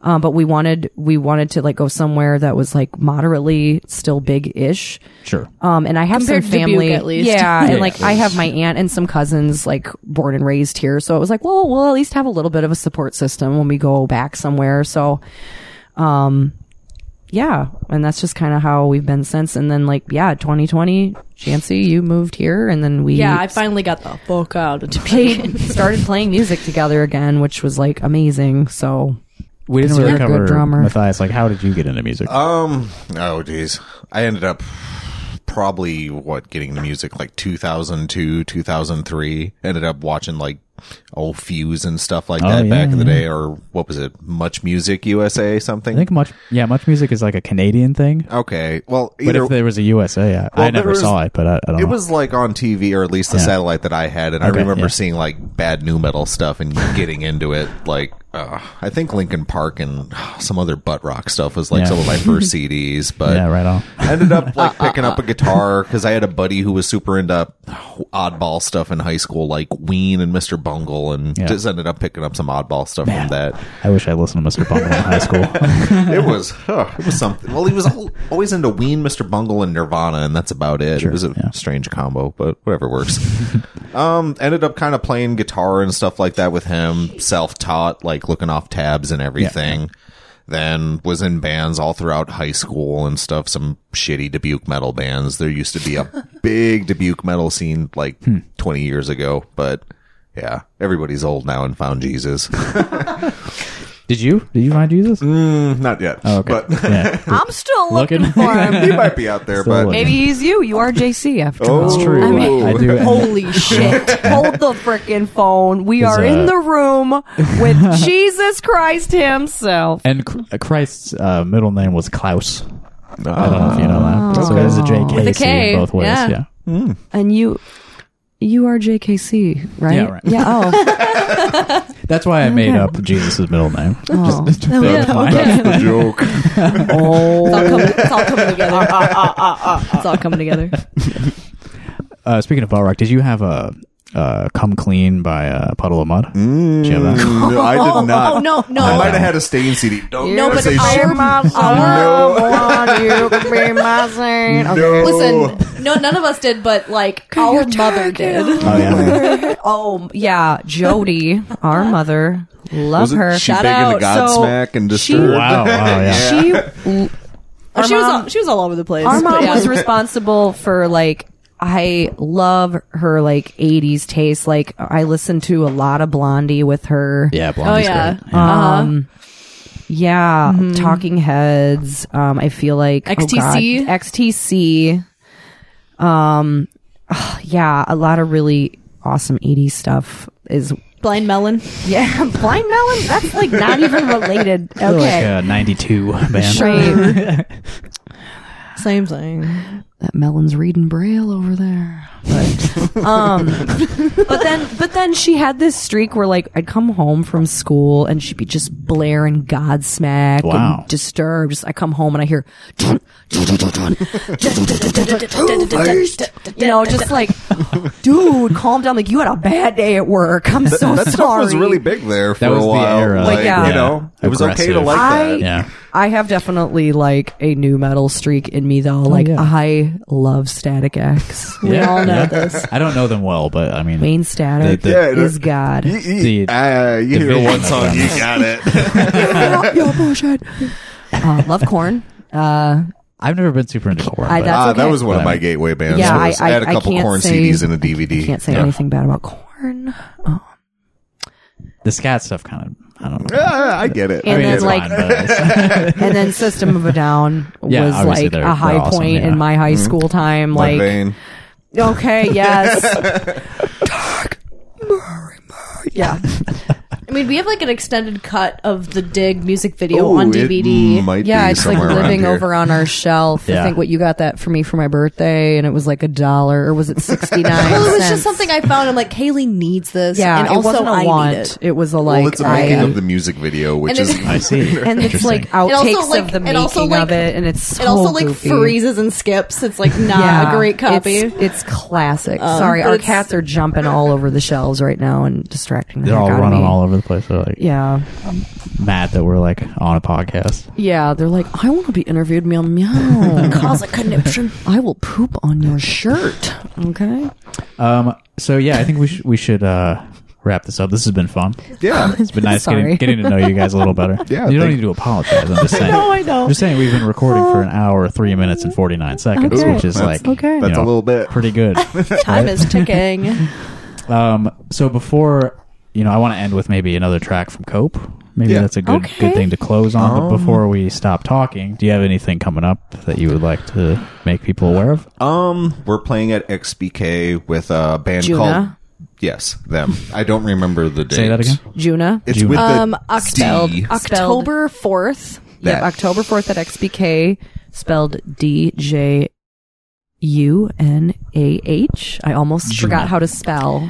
Speaker 3: Um, but we wanted, we wanted to like go somewhere that was like moderately still big ish.
Speaker 1: Sure.
Speaker 3: Um, and I have
Speaker 4: Compared
Speaker 3: some
Speaker 4: to Dubuque,
Speaker 3: family,
Speaker 4: at least.
Speaker 3: yeah,
Speaker 1: Yeah.
Speaker 3: and like I have my aunt and some cousins like born and raised here. So it was like, well, we'll at least have a little bit of a support system when we go back somewhere. So, um, yeah, and that's just kind of how we've been since. And then like, yeah, 2020, Chancy, you moved here, and then we,
Speaker 4: Yeah, I finally got the fuck out of Japan.
Speaker 3: played, started playing music together again, which was like amazing. So
Speaker 1: we didn't
Speaker 3: you're
Speaker 1: really
Speaker 3: a good
Speaker 1: cover
Speaker 3: drummer.
Speaker 1: Matthias. Like, how did you get into music?
Speaker 2: Um. Oh, geez. I ended up probably what getting the music like 2002, 2003. Ended up watching like old Fuse and stuff like that
Speaker 1: Oh, yeah,
Speaker 2: back in the day, or what was it? Much Music USA something.
Speaker 1: I think much. Yeah, much music is like a Canadian thing.
Speaker 2: okay. Well,
Speaker 1: But
Speaker 2: Uh, either
Speaker 1: if there was a USA, I, I
Speaker 2: Well,
Speaker 1: never
Speaker 2: there was-
Speaker 1: saw it. But I, I don't.
Speaker 2: it
Speaker 1: know.
Speaker 2: was like on TV, or at least the
Speaker 1: Yeah.
Speaker 2: satellite that I had, and I
Speaker 1: Okay,
Speaker 2: remember
Speaker 1: yeah.
Speaker 2: seeing like bad new metal stuff and getting into it. Like uh, I think Linkin Park and some other butt rock stuff was like
Speaker 1: Yeah.
Speaker 2: some of my first CDs. But
Speaker 1: Yeah, right on.
Speaker 2: I ended up like picking up a guitar because I had a buddy who was super into oddball stuff in high school, like Ween and Mr. Bungle, and
Speaker 1: Yeah.
Speaker 2: just ended up picking up some oddball stuff from that.
Speaker 1: I wish I listened to Mr. Bungle in high school.
Speaker 2: It was huh, it was something. Well, he was al- always into Ween, Mr. Bungle, and Nirvana, and that's about it. it was a
Speaker 1: yeah.
Speaker 2: strange combo, but whatever works. um, ended up kind of playing guitar and stuff like that with him, self taught, like looking off tabs and everything. Then was in bands all throughout high school and stuff. Some shitty Dubuque metal bands. There used to be a big Dubuque metal scene like
Speaker 1: Hmm.
Speaker 2: 20 years ago, but yeah, everybody's old now and found Jesus.
Speaker 1: Did you? Did you find Jesus?
Speaker 2: Not yet, Mm,
Speaker 1: Oh,
Speaker 2: but
Speaker 1: yeah.
Speaker 3: I'm still
Speaker 1: Looking. looking
Speaker 3: for him.
Speaker 2: he might be out there.
Speaker 1: Still
Speaker 2: but
Speaker 1: looking.
Speaker 3: Maybe he's you. You are JC after all.
Speaker 1: That's true. I, I do.
Speaker 3: Holy shit. Hold the freaking phone. We
Speaker 1: Is,
Speaker 3: are
Speaker 1: uh,
Speaker 3: in the room with Jesus Christ himself.
Speaker 1: And Chr- Christ's uh, middle name was Klaus. I don't know if you know that. So it is a JK
Speaker 6: a K,
Speaker 1: in both ways.
Speaker 6: yeah.
Speaker 1: Yeah.
Speaker 3: And you you are JKC, right?
Speaker 1: Yeah, right.
Speaker 3: Yeah, oh.
Speaker 1: That's why I made up Jesus' middle name.
Speaker 3: Oh.
Speaker 1: Just- that was mine.
Speaker 2: the joke.
Speaker 4: It's
Speaker 3: Oh.
Speaker 4: all, coming, it's all coming together. Ah, it's all coming together.
Speaker 1: Uh, speaking of Bell Rock, did you have a uh, "Come Clean" by uh, Puddle of Mud? Did you have
Speaker 3: Mm.
Speaker 1: that?
Speaker 2: No, I did not.
Speaker 4: Oh no, no.
Speaker 2: I might have had a stain CD. Don't
Speaker 4: No, but
Speaker 2: say
Speaker 4: our-
Speaker 2: shit.
Speaker 3: my someone, you can be my saint. Okay.
Speaker 2: No.
Speaker 4: Listen, no, none of us did, but like our mother did.
Speaker 1: Oh, yeah.
Speaker 3: Oh yeah, Jody, our mother, love
Speaker 2: Wasn't
Speaker 3: her.
Speaker 2: she big into Godsmack and
Speaker 3: she-
Speaker 2: Disturbed?
Speaker 1: wow! Wow! Yeah.
Speaker 3: She,
Speaker 4: Oh,
Speaker 3: Our
Speaker 4: she was
Speaker 3: mom-
Speaker 4: all, she was all over the place.
Speaker 3: our
Speaker 4: but
Speaker 3: mom
Speaker 4: yeah.
Speaker 3: was responsible for like. I love her like '80s taste. Like I listened to a lot of Blondie with her.
Speaker 1: yeah,
Speaker 4: Oh
Speaker 1: Blondie's
Speaker 4: yeah.
Speaker 1: great. Yeah.
Speaker 3: Um, yeah, Talking Heads. Um, I feel like oh,
Speaker 4: XTC?
Speaker 3: God, XTC. Um, yeah, a lot of really awesome '80s stuff is
Speaker 4: Blind Melon.
Speaker 3: Yeah, blind melon. That's like not even related.
Speaker 1: They're
Speaker 3: Okay,
Speaker 1: like a '92 band.
Speaker 3: Shame.
Speaker 4: Same thing.
Speaker 3: that melon's reading braille over there. But um, but then but then she had this streak where like I'd come home from school and she'd be just blaring Godsmack
Speaker 1: Wow.
Speaker 3: and disturbed. Just I come home and I hear. You know, just like, dude, calm down. Like, you had a bad day at work. I'm so
Speaker 2: that
Speaker 3: sorry.
Speaker 2: stuff was really big there for
Speaker 1: That was
Speaker 2: a
Speaker 1: the
Speaker 2: while.
Speaker 1: era.
Speaker 2: Like,
Speaker 3: Like, yeah.
Speaker 2: you know,
Speaker 1: Yeah.
Speaker 2: it was okay to
Speaker 1: Aggressive.
Speaker 2: like
Speaker 3: I-
Speaker 2: that.
Speaker 1: Yeah.
Speaker 3: I have definitely like a new metal streak in me though. Like
Speaker 1: yeah.
Speaker 3: I love Static X. We
Speaker 1: Yeah.
Speaker 3: all know
Speaker 1: Yeah.
Speaker 3: this.
Speaker 1: I don't know them well, but I mean,
Speaker 3: Main Static
Speaker 1: The- the-
Speaker 2: Yeah, it-
Speaker 3: is God.
Speaker 2: You,
Speaker 1: The
Speaker 2: you, ah, you hear
Speaker 1: division
Speaker 2: one
Speaker 1: of
Speaker 2: song,
Speaker 1: them.
Speaker 2: you got it.
Speaker 3: Yo, bullshit. Uh, love corn. Uh,
Speaker 1: I've never been super into corn.
Speaker 3: I-
Speaker 1: but-
Speaker 3: that's
Speaker 2: ah, that
Speaker 3: okay.
Speaker 2: was one of my gateway bands.
Speaker 3: Yeah,
Speaker 2: was-
Speaker 3: I-
Speaker 2: I, had a
Speaker 3: I- I
Speaker 2: couple
Speaker 3: can't
Speaker 2: corn
Speaker 3: say-
Speaker 2: CDs and a DVD.
Speaker 3: can't say
Speaker 2: Yeah.
Speaker 3: anything bad about corn.
Speaker 1: the scat stuff kind of. I don't know.
Speaker 2: Yeah, I get it.
Speaker 3: And
Speaker 1: I mean,
Speaker 3: then,
Speaker 1: it's
Speaker 3: like-
Speaker 1: fine, but it's-
Speaker 3: And then System of a Down
Speaker 1: Yeah,
Speaker 3: was
Speaker 1: obviously
Speaker 3: like
Speaker 1: they're-
Speaker 3: a high
Speaker 1: they're awesome,
Speaker 3: point
Speaker 1: yeah. Mm-hmm.
Speaker 3: in my high school time.
Speaker 2: My
Speaker 3: Like,
Speaker 2: vein.
Speaker 3: okay, yes. Dark
Speaker 4: Yeah. I mean, we have like an extended cut of the Dig music video
Speaker 2: Ooh,
Speaker 4: on
Speaker 2: it
Speaker 4: DVD.
Speaker 2: might
Speaker 3: yeah,
Speaker 2: be
Speaker 3: it's like
Speaker 2: somewhere around
Speaker 3: living
Speaker 2: here.
Speaker 3: over on our shelf.
Speaker 1: Yeah.
Speaker 3: I think what you got that for me for my birthday, and it was like a dollar, or was it sixty nine?
Speaker 4: well, it was just something I found. I'm like, Kaylee needs this.
Speaker 3: Yeah,
Speaker 4: and
Speaker 3: it
Speaker 4: also
Speaker 3: wasn't a
Speaker 4: I
Speaker 3: want.
Speaker 4: need it.
Speaker 3: was a
Speaker 2: well,
Speaker 3: like
Speaker 2: it's a
Speaker 3: I-
Speaker 2: making of the music video, which
Speaker 4: And
Speaker 2: is
Speaker 4: it-
Speaker 1: I see.
Speaker 3: and it's like
Speaker 4: It also,
Speaker 3: outtakes
Speaker 4: like-
Speaker 3: of the
Speaker 4: it
Speaker 3: making
Speaker 4: also, like-
Speaker 3: of it, and it's so
Speaker 4: it also like
Speaker 3: goofy.
Speaker 4: freezes and skips. It's like not
Speaker 3: Yeah,
Speaker 4: a great copy.
Speaker 3: It's, it's classic. Sorry,
Speaker 4: but
Speaker 3: our
Speaker 4: it's-
Speaker 3: cats are jumping all over the shelves right now and distracting. the
Speaker 1: They're
Speaker 3: heck
Speaker 1: all
Speaker 3: out of
Speaker 1: running
Speaker 3: me.
Speaker 1: all over the place. They're like
Speaker 3: Yeah,
Speaker 1: mad that we're like on a podcast.
Speaker 3: yeah. They're like, I want to be interviewed. Meow meow. Cause a conniption. I will poop on your shirt. Okay.
Speaker 1: Um. So yeah, I think we should we should uh, wrap this up. This has been fun.
Speaker 2: yeah.
Speaker 1: It's been nice getting,
Speaker 3: Sorry.
Speaker 1: getting to know you guys a little better.
Speaker 2: Yeah,
Speaker 1: you don't
Speaker 2: thank-
Speaker 1: need to apologize. I'm just saying.
Speaker 3: know, I know.
Speaker 1: I'm just saying we've been recording for an hour, three minutes, and forty nine seconds,
Speaker 3: Okay.
Speaker 1: which is
Speaker 2: That's-
Speaker 1: like
Speaker 3: okay.
Speaker 1: you
Speaker 2: That's
Speaker 1: know,
Speaker 2: a little bit.
Speaker 1: pretty good.
Speaker 4: Time is ticking.
Speaker 1: Um, so before you know, I want to end with maybe another track from Cope. Maybe
Speaker 2: Yeah. Um.
Speaker 1: that's a good good thing to close on. But before we stop talking, do you have anything coming up that you would like to make people aware of?
Speaker 2: Um, we're playing at XBK with a band
Speaker 3: Juna?
Speaker 2: called Yes, them. I don't remember the date.
Speaker 1: Say that again.
Speaker 3: Juna.
Speaker 2: It's
Speaker 1: Juna.
Speaker 2: with the
Speaker 4: Um,
Speaker 2: D.
Speaker 4: October, October 4th.
Speaker 3: Yep,
Speaker 2: That.
Speaker 3: October 4th at XBK, spelled D J U N A H. I almost forgot how to spell.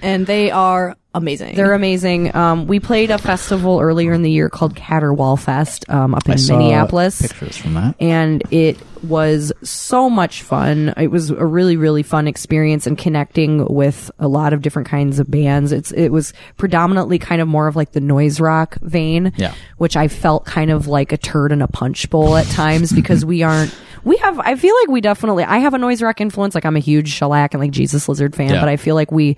Speaker 4: And they are amazing.
Speaker 3: They're amazing. Um, we played a festival earlier in the year called Caterwall Fest um, up in
Speaker 1: I saw
Speaker 3: Minneapolis.
Speaker 1: pictures from that.
Speaker 3: and it was so much fun. It was a really really fun experience and connecting with a lot of different kinds of bands. It's it was predominantly kind of more of like the noise rock vein,
Speaker 1: Yeah.
Speaker 3: which I felt kind of like a turd in a punch bowl at times because we aren't we have I feel like we definitely I have a noise rock influence like I'm a huge shellac and like Jesus Lizard fan,
Speaker 1: Yeah.
Speaker 3: but I feel like we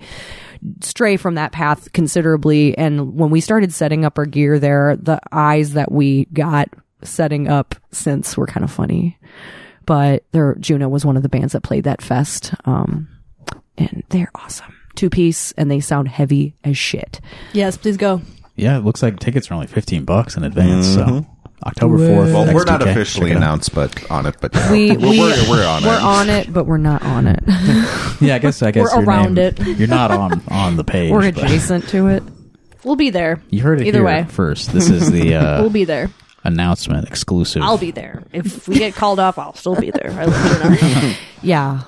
Speaker 3: stray from that path considerably. And when we started setting up our gear there, the eyes that we got setting up since were kind of funny. But there, Juno was one of the bands that played that fest. Um, and they're awesome. Two piece, and they sound heavy as shit.
Speaker 4: yes, please go.
Speaker 1: Yeah, it looks like tickets are only fifteen bucks in advance. So October fourth.
Speaker 2: Mm-hmm. Well, we're not officially announced, but on it. But yeah.
Speaker 3: We,
Speaker 2: we're,
Speaker 3: we,
Speaker 2: we're, we're on
Speaker 3: We're
Speaker 2: it.
Speaker 3: on it, but we're not on it.
Speaker 1: Yeah, I guess I guess
Speaker 4: We're
Speaker 1: your
Speaker 4: around
Speaker 1: name-
Speaker 4: it.
Speaker 1: You're not on on the page.
Speaker 3: we're
Speaker 1: but
Speaker 3: adjacent to it.
Speaker 4: We'll be there.
Speaker 1: You heard it
Speaker 4: Either
Speaker 1: here
Speaker 4: way.
Speaker 1: first. This is the uh,
Speaker 4: We'll be there.
Speaker 1: announcement exclusive.
Speaker 4: I'll be there. If we get called off, I'll still be there. I love you know.
Speaker 3: Yeah.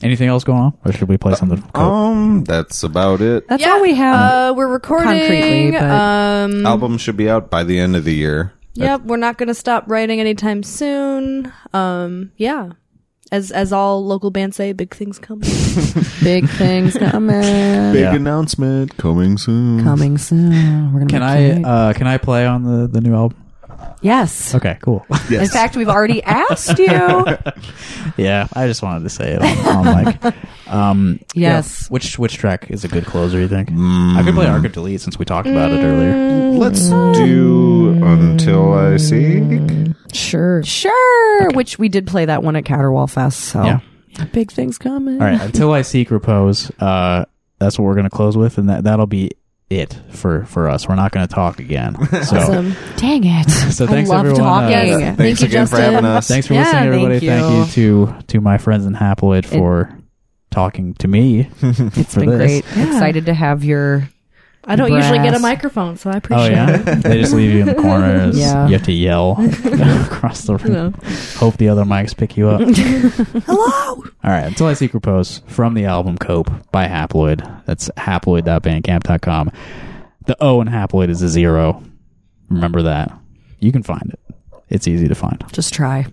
Speaker 1: Anything else going on, or should we play something? from Cope?
Speaker 2: Um, that's about it.
Speaker 3: That's all we have.
Speaker 4: Uh, we're recording.
Speaker 3: Concretely, but-
Speaker 4: um,
Speaker 2: Album should be out by the end of the year.
Speaker 4: Yep, we're not going to stop writing anytime soon. Um, yeah. As as all local bands say, big things come.
Speaker 3: Big things coming.
Speaker 2: Big
Speaker 1: Yeah.
Speaker 2: announcement coming soon.
Speaker 3: Coming soon. We're gonna
Speaker 1: Can
Speaker 3: be
Speaker 1: I
Speaker 3: great.
Speaker 1: uh, oh, can I play on the, the new album?
Speaker 3: yes.
Speaker 1: Okay, cool.
Speaker 3: In fact, we've already asked you.
Speaker 1: yeah, I just wanted to say it on, on like um
Speaker 3: Yes.
Speaker 1: yeah. Which which track is a good closer, you
Speaker 2: Mm.
Speaker 1: think? I could play Archive Delete since we talked about
Speaker 4: Mm.
Speaker 1: it earlier.
Speaker 2: Let's
Speaker 3: Mm.
Speaker 2: do until I see.
Speaker 3: Sure. Sure. Which we did play that one at Caterwall Fest. So
Speaker 1: Yeah.
Speaker 3: big things coming.
Speaker 1: All right, Until I Seek Repose, uh that's what we're going to close with and that that'll be it for for us. We're not going to talk again. So
Speaker 4: Awesome.
Speaker 3: Dang it.
Speaker 1: So thanks,
Speaker 3: I love
Speaker 1: everyone, uh,
Speaker 3: talking.
Speaker 1: Yes.
Speaker 2: Thanks
Speaker 4: you,
Speaker 2: again for
Speaker 4: Justin.
Speaker 2: having us.
Speaker 1: Thanks for
Speaker 3: Yeah,
Speaker 1: listening everybody.
Speaker 3: thank
Speaker 1: Thank you. to to my friends in Haploid for talking to me.
Speaker 3: It's
Speaker 1: for
Speaker 3: been
Speaker 1: this.
Speaker 3: great. Excited to have your
Speaker 4: I don't usually get a
Speaker 3: Brass.
Speaker 4: microphone, so I
Speaker 1: Oh
Speaker 4: appreciate
Speaker 1: yeah,
Speaker 4: it.
Speaker 1: they just leave you in the corner.
Speaker 3: Yeah.
Speaker 1: You have to yell across the room. Hope the other mics pick you up. Hello. All right. Until I seek repose from the album Cope by Haploid. That's haploid.bandcamp.com. The O in Haploid is a zero. Remember that. You can find it. It's easy to find.
Speaker 3: just try.